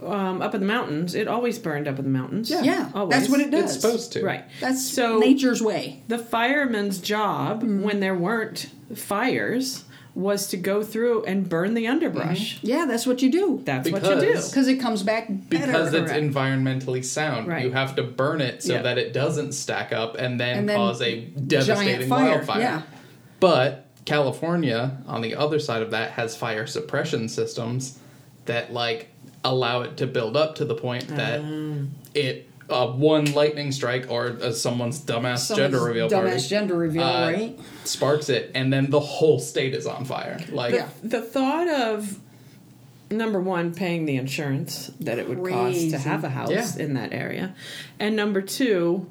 um, up in the mountains, it always burned up in the mountains.
Yeah,
always.
that's what it does.
It's supposed to.
Right.
That's
so
nature's way.
the fireman's job
Mm-hmm.
when there weren't fires was to go through and burn the underbrush.
Yeah, that's what you do
That's what you do.
Mm-hmm. Because-
because it comes back better.
Because it's
Correct.
environmentally sound.
Right.
You have to burn it so
Yeah.
that it doesn't stack up and then,
And then
cause a
giant
devastating
fire,
wildfire.
yeah.
But California, on the other side of that, has fire suppression systems that like allow it to build up to the point that
Ah.
it uh, one lightning strike or uh, someone's dumbass
Someone's
gender reveal
dumbass
party
gender reveal,
uh,
right?
sparks it, and then the whole state is on fire. Like
Yeah.
the thought of number one paying the insurance that it would cost
Crazy.
to have a house
Yeah.
in that area and number two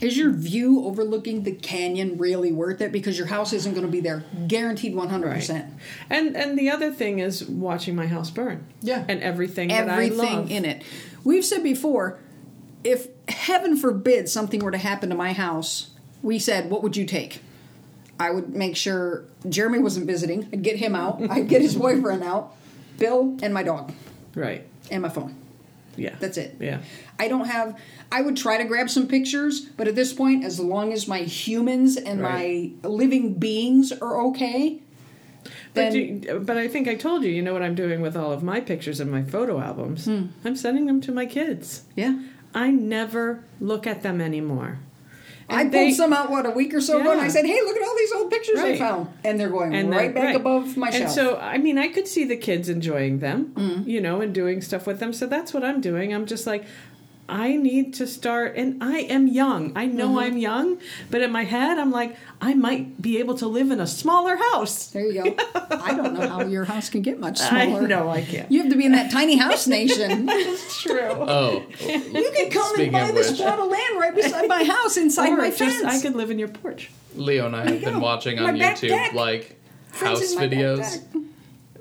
Is your view overlooking the canyon really worth it? Because your house isn't going to be there, guaranteed one hundred percent.
and and the other thing is watching my house burn
Yeah.
and everything that i
Everything
love
in it. We've said before, if heaven forbid something were to happen to my house, we said, what would you take? I would make sure Jeremy wasn't visiting. I'd get him out. I'd get his <laughs> boyfriend out, Bill, and my dog,
right
and my phone.
yeah
That's it.
yeah
I don't have. I would try to grab some pictures, but at this point, as long as my humans and
Right.
my living beings are okay,
but,
then
you, but i think i told you you know what i'm doing with all of my pictures and my photo albums
Hmm.
i'm sending them to my kids
yeah.
i never look at them anymore
I pulled some out what a week or so ago, and I
Yeah.
said, "Hey, look at all these old pictures I
Right.
found," and they're going right
they're-
back above my
And
shelf. Mm-hmm.
so, I mean, I could see the kids enjoying them, you know, and doing stuff with them. So that's what I'm doing. I'm just like, I need to start, and I am young. I
Mm-hmm.
know I'm young, but in my head, I'm like, I might be able to live in a smaller
<laughs>
house.
there you
<laughs>
go. I don't know how your house can get much
I
smaller.
know I can't.
You have to be in that tiny
<laughs>
house nation.
It's true.
<laughs>
oh,
you could come
Speaking
and buy
of
this
which.
plot of land right beside my house, inside
or
my
just
fence.
I could live in your porch.
Leo and I have been
go.
watching
My
on
back
YouTube
deck.
like
Friends
house
in my back
videos.
deck.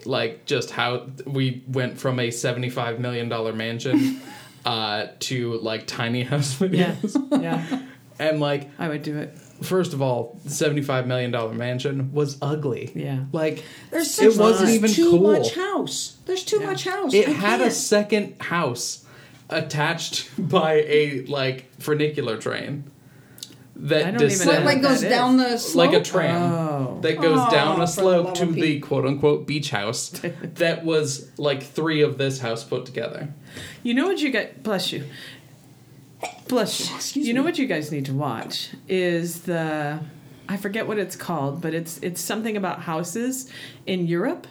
like just how we went from a seventy-five million dollar
<laughs>
mansion uh, to like tiny <laughs> house
Yeah,
videos,
yeah.
and like
I would do it.
first of all, seventy-five million dollar mansion was ugly.
Yeah.
like
There's such
it wasn't
there's
even
too
cool.
much house. There's too much house.
It
I
had a
can't.
second house attached <laughs> by a like funicular train
I
that
don't even know
What,
descended
what
like goes
that
down
is.
the slope. uh,
like a tram
Oh.
that goes
Oh,
down a
for the
slope
love
to
of
the
Pete.
quote unquote beach house <laughs> that was like three of this house put together.
You know what you guys bless you. Bless you.
Excuse
you know
me.
what you guys need to watch is the I forget what it's called, but it's it's something about houses in Europe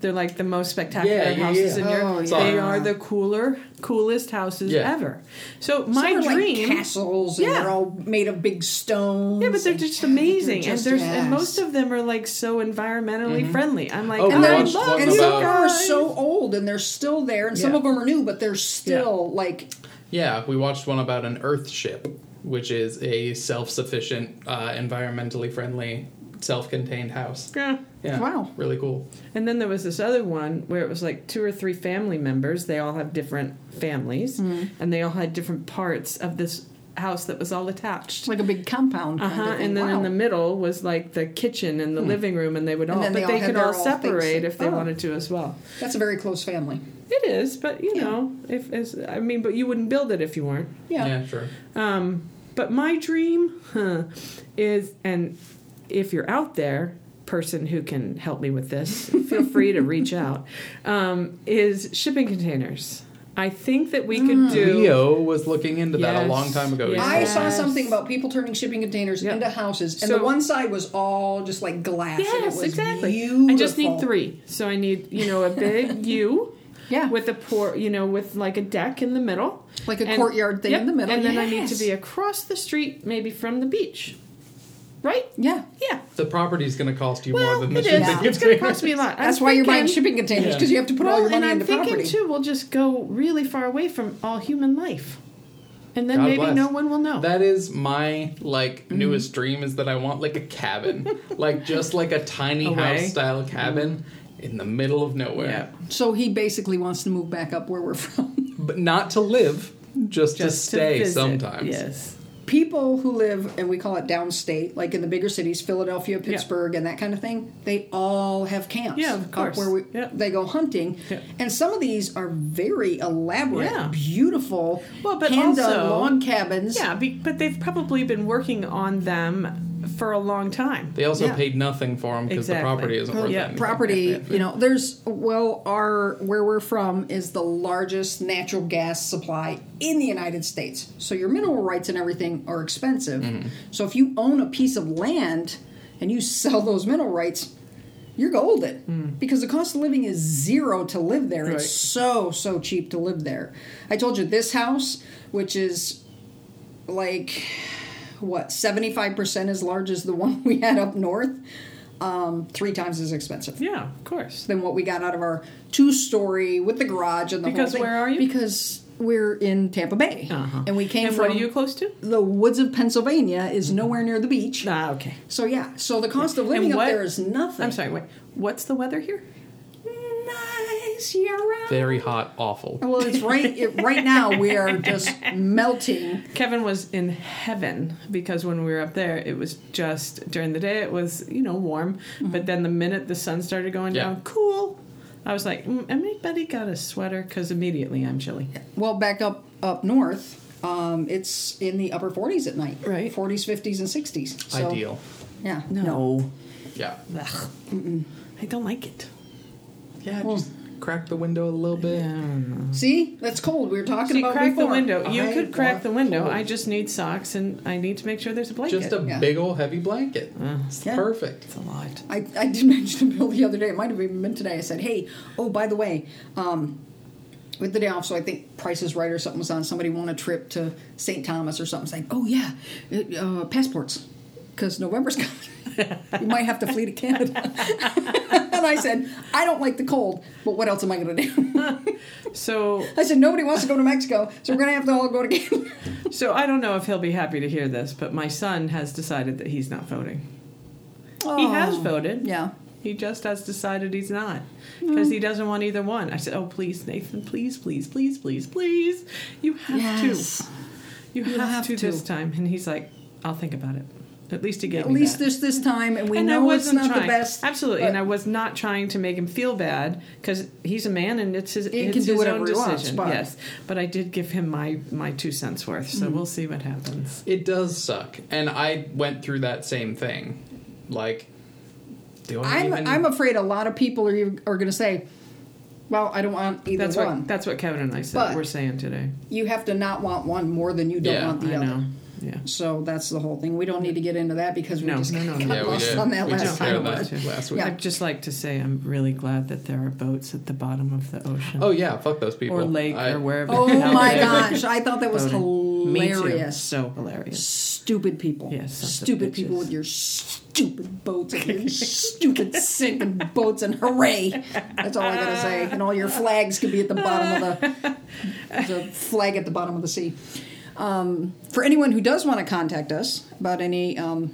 They're like the most spectacular
Yeah, yeah,
houses
yeah.
in Europe.
Oh,
They
yeah.
are the cooler, coolest houses
Yeah.
ever. So
Some
my
are
dream.
like castles, and
Yeah.
they're all made of big stones.
yeah, but they're
and-
just amazing,
They're just- Mm-hmm.
and there's and
yes.
most of them are like so environmentally friendly. I'm like,
Oh, we
and I
watched
love
one
and
you
some of
about-
them are
guys.
so old and they're still there, and some
Yeah.
of them are new, but they're still like
Yeah, we watched one about an Earth ship, which is a self-sufficient, uh, environmentally friendly, self-contained house.
Yeah.
Yeah,
Wow.
really cool.
And then there was this other one where it was like two or three family members. They all have different families,
Mm-hmm.
and they all had different parts of this house that was all attached.
like a big compound.
Uh
kind of
huh.
thing.
And then
uh-huh. Wow. Hmm.
in the middle was like the kitchen and the living room, and they would all,
then
but
they
they,
all had
could
their
all
all things
separate
that-
if they
oh.
wanted to as well.
that's a very close family.
It is, but you
Yeah.
know, if as I mean, but you wouldn't build it if you weren't.
Yeah.
yeah sure.
Um, but my dream huh, is, and if you're out there, person who can help me with this, feel free to
<laughs>
reach out, um, is shipping containers. I think that we
Mm.
could do.
Hmm. Leo was looking into that a
Yes.
long time ago.
Yeah.
I saw
Yes.
something about people turning shipping containers
Yep.
into houses, and
So-
the one side was all just like glass. and it
Yes,
was
exactly.
Beautiful.
I just need three. So I need, you know, a
<laughs>
big U.
Yeah.
With a port, you know, with like a deck in the middle.
Like a courtyard thing in the middle,
And then I need to
yes.
be across the street, maybe from the beach. Right?
Yeah,
Yeah.
The property's going to cost you
Well,
more than the
it
shipping
is. It's going to cost me a lot. I
that's
was
why you're buying
thinking-
shipping containers
Yeah.
because you have to put all
well,
your money
and I'm
into
thinking
property.
too, we'll just go really far away from all human life, and then
God
maybe
bless.
no one will know.
That is my like newest dream is that I want like
<laughs>
a cabin, like just like a tiny
Away.
house style cabin in the middle of nowhere,
Mm-hmm. yeah.
So he basically wants to move back up where we're <laughs> from.
but not to live, just, to
Just to
stay
visit.
sometimes.
Yes.
People who live, and we call it downstate, like in the bigger cities, Philadelphia, Pittsburgh, and that kind of thing, they all have camps.
Yeah, of
up
course.
where we,
Yeah.
they go hunting.
Yeah.
And some of these are very elaborate,
Yeah.
beautiful,
Well, but
hand done
also-
log cabins.
Yeah, be, but they've probably been working on them for a long time.
They also
Yeah.
paid nothing for them because
Exactly. Oh,
the property isn't worth
Yeah,
anything.
property you know there's well our where we're from is the largest natural gas supply in the united states so your mineral rights and everything are expensive
Mm-hmm.
so if you own a piece of land and you <laughs> sell those mineral rights you're golden because the cost of living is zero to live there
Mm. Right.
it's so so cheap to live there i told you this house which is like what 75% as large as the <laughs> one we had up north um, three times as expensive
Yeah, of course.
than what we got out of our two story with the garage and the whole
Because
thing.
where are you? Uh-huh.
Because we're in Tampa Bay, and we came
And
from
what are you close to?
the woods of Pennsylvania is nowhere near the beach.
Ah, okay.
So yeah, so the cost of living
And
up
what-
there is nothing.
I'm sorry. Wait, what's the weather here?
nice year round.
Very hot, awful.
Well, it's right. It, right now we are just melting.
Kevin was in heaven because when we were up there, it was just during the day it was you know warm,
Mm-hmm.
but then the minute the sun started going
Yeah.
down, cool. I was like, mm, anybody got a sweater? Because immediately I'm chilly.
Well, back up up north, um, it's in the upper 40s at night.
Right.
40s, 50s, and 60s. So,
Ideal.
Yeah.
No,
Yeah.
Ugh. I don't like it.
Yeah, just crack the window a little bit.
See, that's cold. We were talking
See,
about
crack
before.
the window. You
I
could crack
want
the window.
cold.
I just need socks and I need to make sure there's a blanket. Uh,
Just a
Yeah.
big old heavy blanket. It's
Yeah.
perfect.
It's a lot.
I, I did <laughs> mention to Bill the other day, it might have even been today. I said, hey, oh, by the way, um, with the day off, so I think Price is Right or something was on. Somebody won a trip to St. Thomas or something. It's like, oh, yeah, it- uh, passports, because November's <laughs> coming. you might have to flee to Canada. <laughs> and I said, I don't like the cold, but what else am I going to do? <laughs>
So
I said, nobody wants to go to Mexico, so we're going to have to all go to Canada.
so I don't know if he'll be happy to hear this, but my son has decided that he's not voting. He has
Oh,
voted.
Yeah.
He just has decided he's not
Hmm.
because he doesn't want either one. I said, "Oh, please, Nathan, please, please, please, please, please, you have to, you, have,
have
to,
to."
this time." And he's like, "I'll think about it." At least he gave
At
me
least
that.
this this time, and we
and I
know it's
wasn't
not
trying.
the best.
Absolutely, and
but-
I was not trying to make him feel bad because he's a man and it's his.
He
it's
can do
his
whatever
own
he
decision.
wants, but-
Yes, but I did give him my my two cents worth, so
Hmm.
we'll see what happens.
It does suck. And I went through that same thing. Like, do I
I'm
even...
I'm afraid a lot of people are are going to say, "Well, I don't want either
That's
one."
what that's what Kevin and I said.
But-
we're saying today.
you have to not want one more than you don't
Yeah,
want the
I
other.
know. Yeah.
So that's the whole thing. We don't need to get into that because we
No,
just
no, no,
got
no.
Yeah, we
lost
did.
on that
We
last
took care of
time.
that last week.
Yeah.
I'd just like to say I'm really glad that there are boats at the bottom of the ocean.
Oh yeah, fuck those people.
Or lake
I-
or wherever. <laughs>
Oh
the hell
my
they're
gosh, I thought that was
boating. Me too.
hilarious.
So hilarious.
Stupid people.
Yes, sons of
stupid people
bitches.
with your stupid boats
<laughs>
and your stupid sinking boats and hooray. That's all I gotta say. And all your flags could be at the bottom of the, the flag at the bottom of the sea. Um, for anyone who does want to contact us about any um,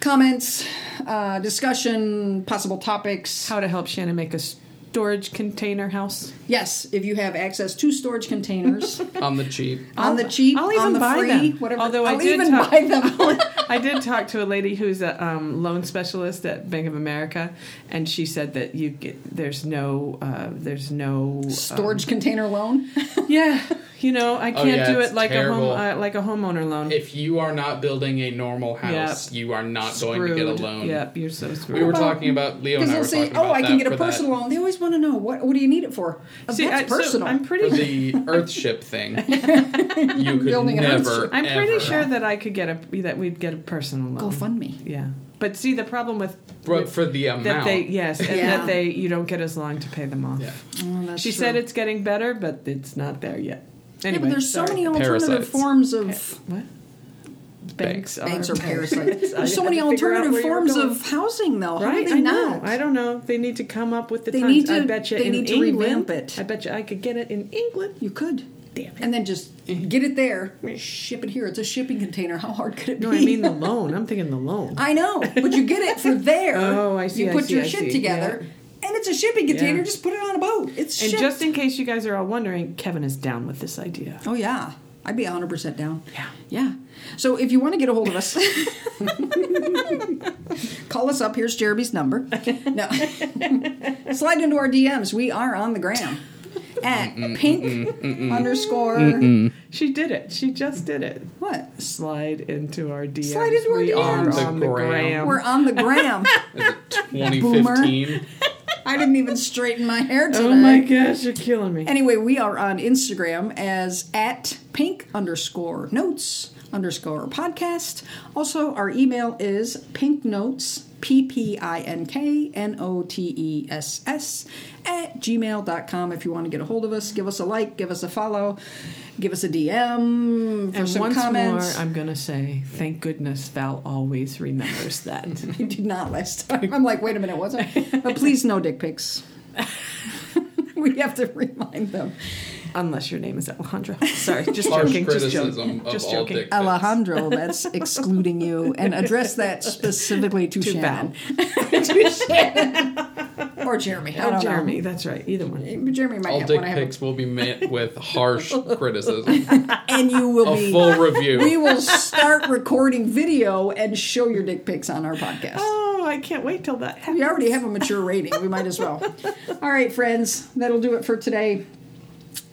comments, uh, discussion, possible topics,
How to help Shannon make a storage container house.
yes, if you have access to storage
<laughs>
containers.
on the cheap.
on the cheap,
I'll even
on the
buy
free,
them.
whatever.
Although I
I'll
did
even
talk- Um,
buy
<laughs>
them. <laughs>
I did talk to a lady who's a um, loan specialist at Bank of America, and she said that you get there's no uh, there's no uh,
Storage container loan.
yeah, you know I
Oh,
can't
yeah,
do
it's
it like
terrible.
a home uh, like a homeowner loan.
If you are not building a normal house, you are not going to get a
Screwed.
loan.
Yep, you're so screwed.
We were
about-
talking about Leo
Because
and I
they'll
were
say,
talking
"Oh,
about
I
that
can get a
for that-
personal loan." They always want to know what What do you need it for? Oh,
See, I-
that's
so
personal.
I'm
for
pretty <laughs>
the Earthship thing. You could
Building an
never.
Earthship.
I'm pretty
ever-
sure that I could get a that we'd get a personal loan.
GoFundMe.
Yeah, but see the problem with
But for the amount,
that they yes, and
Yeah.
that they you don't get as long to pay them off.
Yeah.
Oh, that's
she
true.
said it's getting better, but it's not there yet.
Yeah,
Anyway,
but there's so
sorry.
many alternative
Parasites.
forms of <laughs>
what
Banks.
banks are
banks or parasites.
I
There's so
had
many
to figure out
alternative
where you were
forms
going.
of housing, though. How
Right,
do they
I know.
not?
I don't know. They need to come up with the
They
times.
need
I
to-
bet you
they
in
need to
England,
revamp it.
I bet you I could get it in England.
You could.
Damn it.
And then just get it
<laughs>
there, ship it here. It's a shipping container. How hard could it
No,
be?
I mean
<laughs>
the loan. I'm thinking the loan.
I know, but you get it
<laughs>
for there.
Oh, I see,
You
I
put
see,
your
I
shit
see.
together, and it's a shipping container. Just put it on a boat. It's
and
shipped.
just in case you guys are all wondering, Kevin is down with this idea.
Oh yeah, I'd be hundred percent down.
Yeah.
yeah. So if you want to get a hold of
<laughs>
us, call us up. Here's Jeremy's number. No, <laughs> slide into our DMs. We are on the gram at pink underscore
She did it. She just did it.
what?
Slide into our DMs.
Slide into our
we
DMs.
Are on the gram.
We're on the gram.
<laughs>
2015.
I didn't even straighten my hair today.
oh my gosh, you're killing me.
Anyway, we are on Instagram as at pink underscore notes underscore podcast. Also, our email is pinknotes, P P I N K N O T E S S, at gmail.com. If you want to get a hold of us, give us a like, give us a follow, give us a DM for
and
some
once
comments. <laughs>
more, I'm gonna say thank goodness Val always remembers that.
<laughs> I did not last time. I'm like, wait a minute,
<laughs>
was I? But please, no dick pics. <laughs> we have to remind them.
Unless your name is
<laughs>
Alejandra. Sorry, just
Harsh
joking. Just
criticism
joking.
of
Just
all
joking.
dick pics.
Alejandro, that's excluding you, and address that specifically to,
To
Shannon.
Val
<laughs> to Shannon. Or Jeremy. I
or
don't
Jeremy. That's right. Either one.
Know. Jeremy might
All
have
dick
one. I haven't-
pics will be met
<laughs>
with harsh criticism.
And you will
A
be.
full
we
review.
will start recording video and show your dick pics on our podcast.
Oh, I can't wait till that happens.
We already have a mature rating. We might as well. All right, friends. That'll do it for today.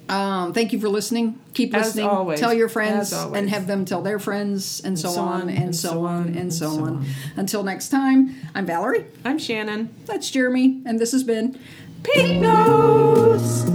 Um, thank you for listening. Keep
As
listening.
always.
Tell your
As
friends
always.
and have them tell their friends, and, so, on, and so on, and so on. Until next time, I'm Valerie.
I'm Shannon.
That's Jeremy, and this has been
Pink nose.